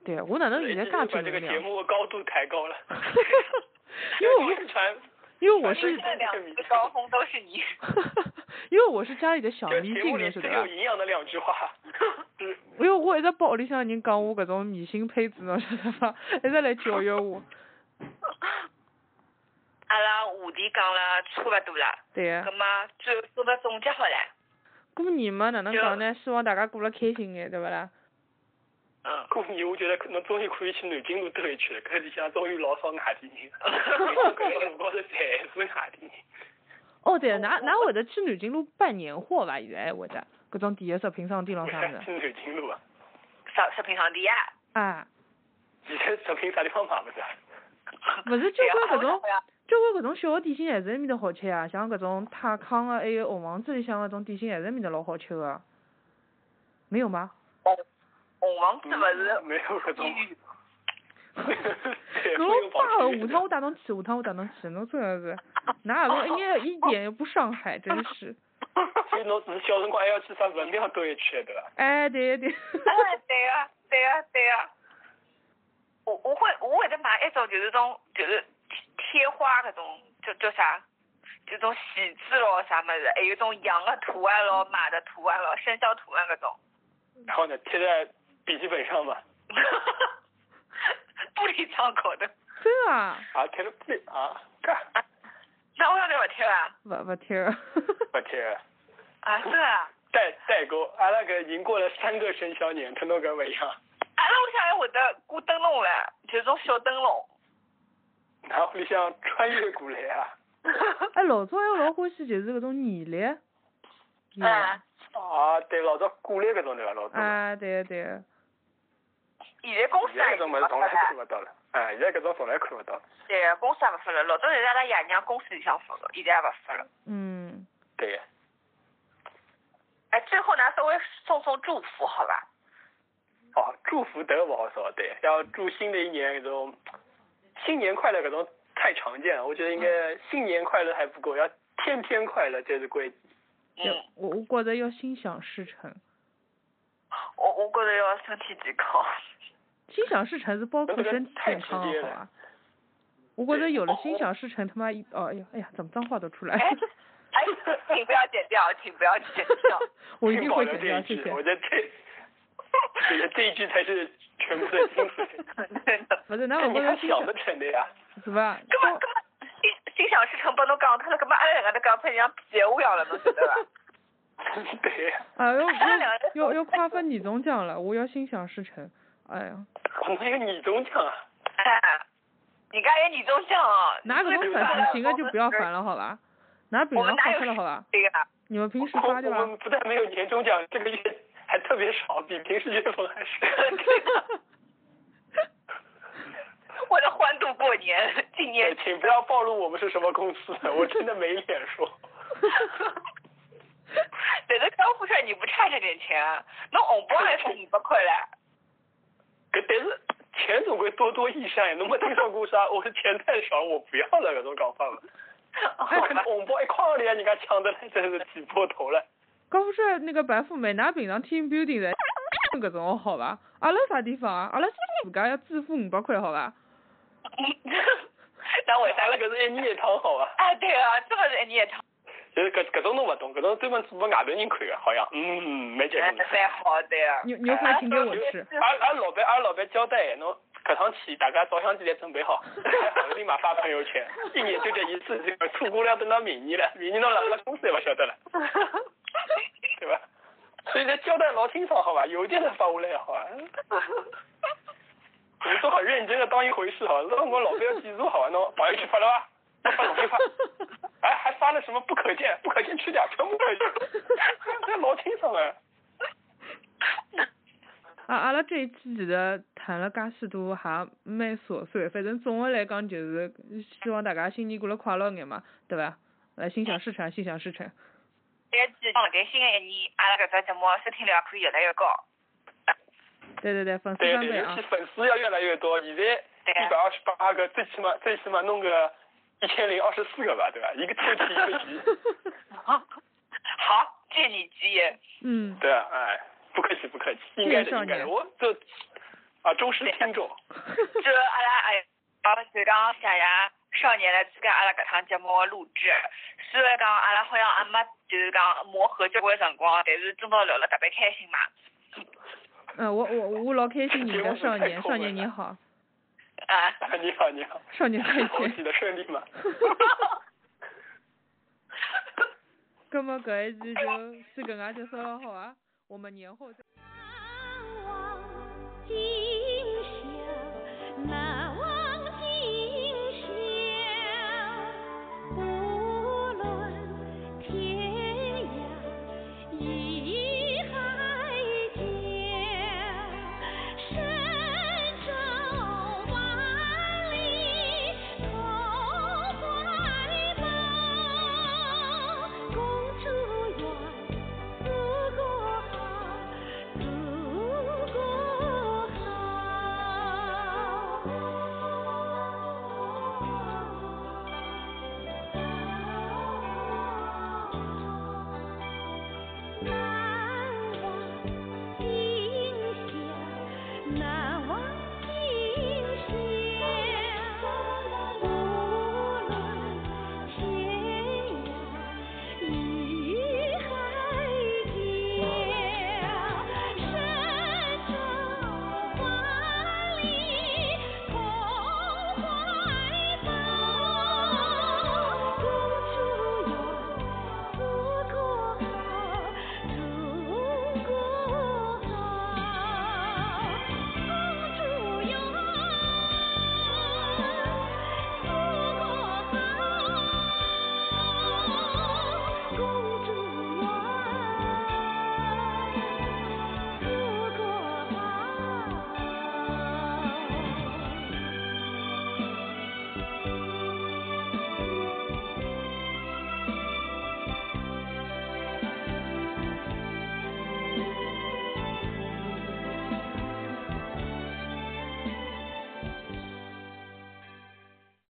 [SPEAKER 2] 对啊，我哪能现在
[SPEAKER 1] 把
[SPEAKER 2] 介
[SPEAKER 1] 这
[SPEAKER 2] 正
[SPEAKER 1] 个
[SPEAKER 2] 能
[SPEAKER 1] 节
[SPEAKER 2] 量？
[SPEAKER 1] 目的高度抬高了，
[SPEAKER 2] *laughs* 因为我
[SPEAKER 1] 宣传
[SPEAKER 2] 因为我是
[SPEAKER 3] 这两次高峰都是你。
[SPEAKER 2] *laughs* 因为我是家里的啊小
[SPEAKER 1] 这
[SPEAKER 2] 迷
[SPEAKER 1] 节
[SPEAKER 2] 信，
[SPEAKER 1] 目
[SPEAKER 2] 侬
[SPEAKER 1] 里
[SPEAKER 2] 晓
[SPEAKER 1] 最
[SPEAKER 2] 得
[SPEAKER 1] 有
[SPEAKER 2] 伐？
[SPEAKER 1] 营养的两
[SPEAKER 2] *laughs*
[SPEAKER 1] 句话。嗯
[SPEAKER 2] 因为我一直帮屋里向人讲我搿种迷信胚子，侬晓得伐？一直来教育我。
[SPEAKER 1] *laughs*
[SPEAKER 3] 阿拉话题讲了差勿多了，
[SPEAKER 2] 对
[SPEAKER 3] 葛
[SPEAKER 2] 啊，
[SPEAKER 3] 么最后做个总结好了。
[SPEAKER 2] 过年嘛，哪能讲呢？希望大家过了开心眼，对勿啦？
[SPEAKER 3] 嗯，
[SPEAKER 1] 过年我觉得可能终于可以去南京路兜一圈，搿里向终于老少外地人，
[SPEAKER 2] *laughs*
[SPEAKER 1] 搿辰光是全是外地人。
[SPEAKER 2] 哦对，哪哪会得去南京路办年货伐？现在会得搿种第一食品商店咾啥
[SPEAKER 1] *laughs*
[SPEAKER 2] 物事
[SPEAKER 1] 去南京路啊，
[SPEAKER 3] 啥食品商店啊？
[SPEAKER 2] 啊，
[SPEAKER 1] 现在食品啥地方买勿着？
[SPEAKER 2] 勿是交
[SPEAKER 3] 对啊
[SPEAKER 2] 关搿
[SPEAKER 3] 我
[SPEAKER 2] 种
[SPEAKER 3] 晓得呀
[SPEAKER 2] 交关搿种小点心还是埃面搭好吃啊，像搿种泰康啊，还有红房子里向搿种点心还是埃面搭老好吃个，没有吗？
[SPEAKER 3] 红房子勿是
[SPEAKER 1] *laughs* 没有搿种。
[SPEAKER 2] 侬
[SPEAKER 1] 侬
[SPEAKER 2] 老霸了，下趟我带侬去，下趟我带侬去，侬真的
[SPEAKER 1] *laughs*
[SPEAKER 2] 是，哪有侬一眼一点也不上海，真是。
[SPEAKER 1] 所以侬是小辰光还要去啥文庙兜一圈，对伐？
[SPEAKER 2] 哎，对对。
[SPEAKER 3] 哎，对啊，对啊，对啊。我我会我会得买一种就是种就是贴贴花搿种叫叫啥，就种喜字咯啥物事，还有种羊的图案咯、马的图案咯、生肖图案搿种。 *laughs*
[SPEAKER 1] 然后呢，贴在笔记本上嘛，
[SPEAKER 3] 玻璃窗口的，
[SPEAKER 2] *laughs* 真的啊，
[SPEAKER 1] 啊，贴了不啊，干
[SPEAKER 3] 那我晓得勿贴啊？
[SPEAKER 2] 勿勿贴
[SPEAKER 1] *laughs*
[SPEAKER 2] 了。
[SPEAKER 1] 不贴。
[SPEAKER 3] 啊，是啊。
[SPEAKER 1] 代代沟，阿拉搿已经过了三个啊生肖年，跟侬搿勿一样。
[SPEAKER 3] 阿拉屋里向还会得挂灯笼唻，就是种小灯笼。
[SPEAKER 1] 然后里向穿越过来啊，
[SPEAKER 2] 哎，老早还老欢喜就是搿种年历。有
[SPEAKER 3] 嗯
[SPEAKER 2] 啊。，
[SPEAKER 1] 啊，对，老早过来搿种对伐？老早。
[SPEAKER 2] 啊，对对。
[SPEAKER 3] 现在公司
[SPEAKER 1] 现在
[SPEAKER 3] 也
[SPEAKER 1] 搿种物事从来看勿到了，啊，现在搿种从来看勿到了。
[SPEAKER 3] 对，公司也勿发了，老早是阿拉爷娘公司里向发的，现在也勿发了。
[SPEAKER 2] 嗯，
[SPEAKER 1] 对，
[SPEAKER 3] 哎，最后呢，稍微送送祝福，好吧？
[SPEAKER 1] 哦，祝福得勿好少，对，要祝新的一年搿种新年快乐搿种太常见了，我觉得应
[SPEAKER 2] 嗯
[SPEAKER 1] 该新年快乐还不够，要天天快乐才是关键。
[SPEAKER 3] 嗯，
[SPEAKER 2] 我我觉着要心想事成，
[SPEAKER 3] 我我觉着要身体健康。
[SPEAKER 2] 心想事成是包括身体健康
[SPEAKER 1] 那
[SPEAKER 2] 啊，
[SPEAKER 1] 这个太直接
[SPEAKER 2] 好
[SPEAKER 1] 了哦
[SPEAKER 2] 吧？我觉着有了心想事成，他妈一哦哎呀哎呀，怎么脏话都出来
[SPEAKER 3] 哎
[SPEAKER 2] 了？ *laughs*
[SPEAKER 3] 哎，请不要剪掉，请不要剪掉。
[SPEAKER 2] 我一定
[SPEAKER 1] 保
[SPEAKER 2] 会
[SPEAKER 1] 留
[SPEAKER 2] 剪
[SPEAKER 1] 这
[SPEAKER 2] 掉，
[SPEAKER 1] 一
[SPEAKER 2] 谢
[SPEAKER 1] 句，
[SPEAKER 2] 谢。
[SPEAKER 1] 我觉得这，这 *laughs* 个这一句才是全部的精髓。
[SPEAKER 2] *laughs*
[SPEAKER 3] 真
[SPEAKER 1] *laughs*
[SPEAKER 3] 的。
[SPEAKER 2] 不是，那
[SPEAKER 1] 那
[SPEAKER 2] 我
[SPEAKER 1] 你
[SPEAKER 2] 觉
[SPEAKER 1] 还
[SPEAKER 2] 着心想啊
[SPEAKER 1] 想得成的呀？ *laughs*
[SPEAKER 2] 是吧？
[SPEAKER 3] 根本根本心心想事成，拨侬讲脱了，根本阿拉两个头讲出像屁话一样了，侬晓得伐？
[SPEAKER 1] 对呀。
[SPEAKER 2] 啊，要
[SPEAKER 3] 他俩在
[SPEAKER 2] 要要要夸分年终奖了，我要心想事成。哎呀，
[SPEAKER 1] 我那个女中奖啊，
[SPEAKER 3] 哎，人家有年终奖哦。
[SPEAKER 2] 拿搿种烦心情的啊就不要烦了，好吧？拿平
[SPEAKER 3] 我
[SPEAKER 2] 常
[SPEAKER 3] 们哪
[SPEAKER 2] 发
[SPEAKER 3] 有
[SPEAKER 2] 出来好吧？
[SPEAKER 3] 对啊，
[SPEAKER 2] 你们平时
[SPEAKER 1] 我
[SPEAKER 2] 发对
[SPEAKER 1] 我
[SPEAKER 2] 吧？
[SPEAKER 1] 们不但没有年终奖，这个月还特别少，比平时月份
[SPEAKER 2] *laughs*
[SPEAKER 1] 还少。 *laughs*
[SPEAKER 3] 为了欢度过年，纪念
[SPEAKER 2] *laughs*
[SPEAKER 1] 对，请不要暴露我们是什么公司的，我真的没脸说。
[SPEAKER 3] 在这干胡事儿，你不差这点钱啊？侬红包还送五
[SPEAKER 2] *laughs*
[SPEAKER 3] 百块嘞？
[SPEAKER 1] 可但是钱总归多多益善，侬没听说过啥？我是钱太少，我不要了，搿种讲法嘛。
[SPEAKER 3] 好
[SPEAKER 1] 还哎可能
[SPEAKER 3] 吧，
[SPEAKER 1] *laughs* 红包一块两人家抢得来，真是挤破头 *laughs* 了。
[SPEAKER 2] 高富帅那个白富美拿平常 team building 的搿种好吧？阿拉啥地方啊？阿拉自家要自付五百块好吧？
[SPEAKER 3] 那为啥
[SPEAKER 1] 咱
[SPEAKER 3] 个
[SPEAKER 1] 了？搿是一年一趟好伐？
[SPEAKER 3] 哎，对啊，这个人你也唱，
[SPEAKER 1] *laughs* 就是搿搿种侬勿懂，搿种专门做拨外头人看个，好像嗯没结
[SPEAKER 3] 哎
[SPEAKER 1] 棍的。
[SPEAKER 3] 蛮好的呀。啊
[SPEAKER 2] 牛牛排请给我吃。
[SPEAKER 1] 俺俺老板，俺老板交代，哎侬搿趟去，大家照相机来准备 *laughs* 好，好立马发朋友圈。一年就这一次机会，错过了等到明年了，明年侬哪个公司也勿晓得了，对吧？所以这交代老清爽，好吧？邮件上发下来也好啊。你做好认真的当一回事好，让我老板要记住好啊。侬朋友圈发了吧？不发老板发。哎，还发了什么不可见？不可见去掉，全部可见。这老清爽了。
[SPEAKER 2] 啊，阿拉这一期其实谈了介许多，还蛮琐碎。反正总的来讲，就是希望大家新年过得快乐眼嘛，对伐？来，心想事成，心想事成。
[SPEAKER 3] 也希望在新的一年，阿拉搿只节目收听量可以越来越高。
[SPEAKER 2] 对对对，粉丝
[SPEAKER 1] 对
[SPEAKER 2] 翻
[SPEAKER 1] 对，
[SPEAKER 2] 倍
[SPEAKER 1] 尤
[SPEAKER 2] 啊
[SPEAKER 1] 其！粉丝要越来越多，现在。
[SPEAKER 3] 对
[SPEAKER 1] 一百
[SPEAKER 3] 啊，
[SPEAKER 1] 二十八个，最起码最起码弄个一千零二十四个吧，对吧？一个抽题一
[SPEAKER 2] 啊
[SPEAKER 3] *laughs*
[SPEAKER 1] 个题，
[SPEAKER 3] 好，借你吉言。
[SPEAKER 2] 嗯，
[SPEAKER 1] 对啊，哎，不客气不客气，应该的应该的，我这啊忠实听众，
[SPEAKER 3] 就阿拉哎，啊，就讲谢谢少年来参加阿拉搿趟节目的录制。虽然讲阿拉好像也没就是讲磨合交关辰光，但是今朝聊了特别开心嘛。
[SPEAKER 2] 嗯，我我我老开心你的少年，少年你好，
[SPEAKER 3] 啊，
[SPEAKER 1] 啊 *laughs* 你好你好，
[SPEAKER 2] 少年再
[SPEAKER 1] *laughs* 头
[SPEAKER 2] 见。
[SPEAKER 1] 洗的顺利吗？
[SPEAKER 2] *laughs* 那么搿一期就先搿能介结束了，好伐？我们年后再。
[SPEAKER 5] 难忘记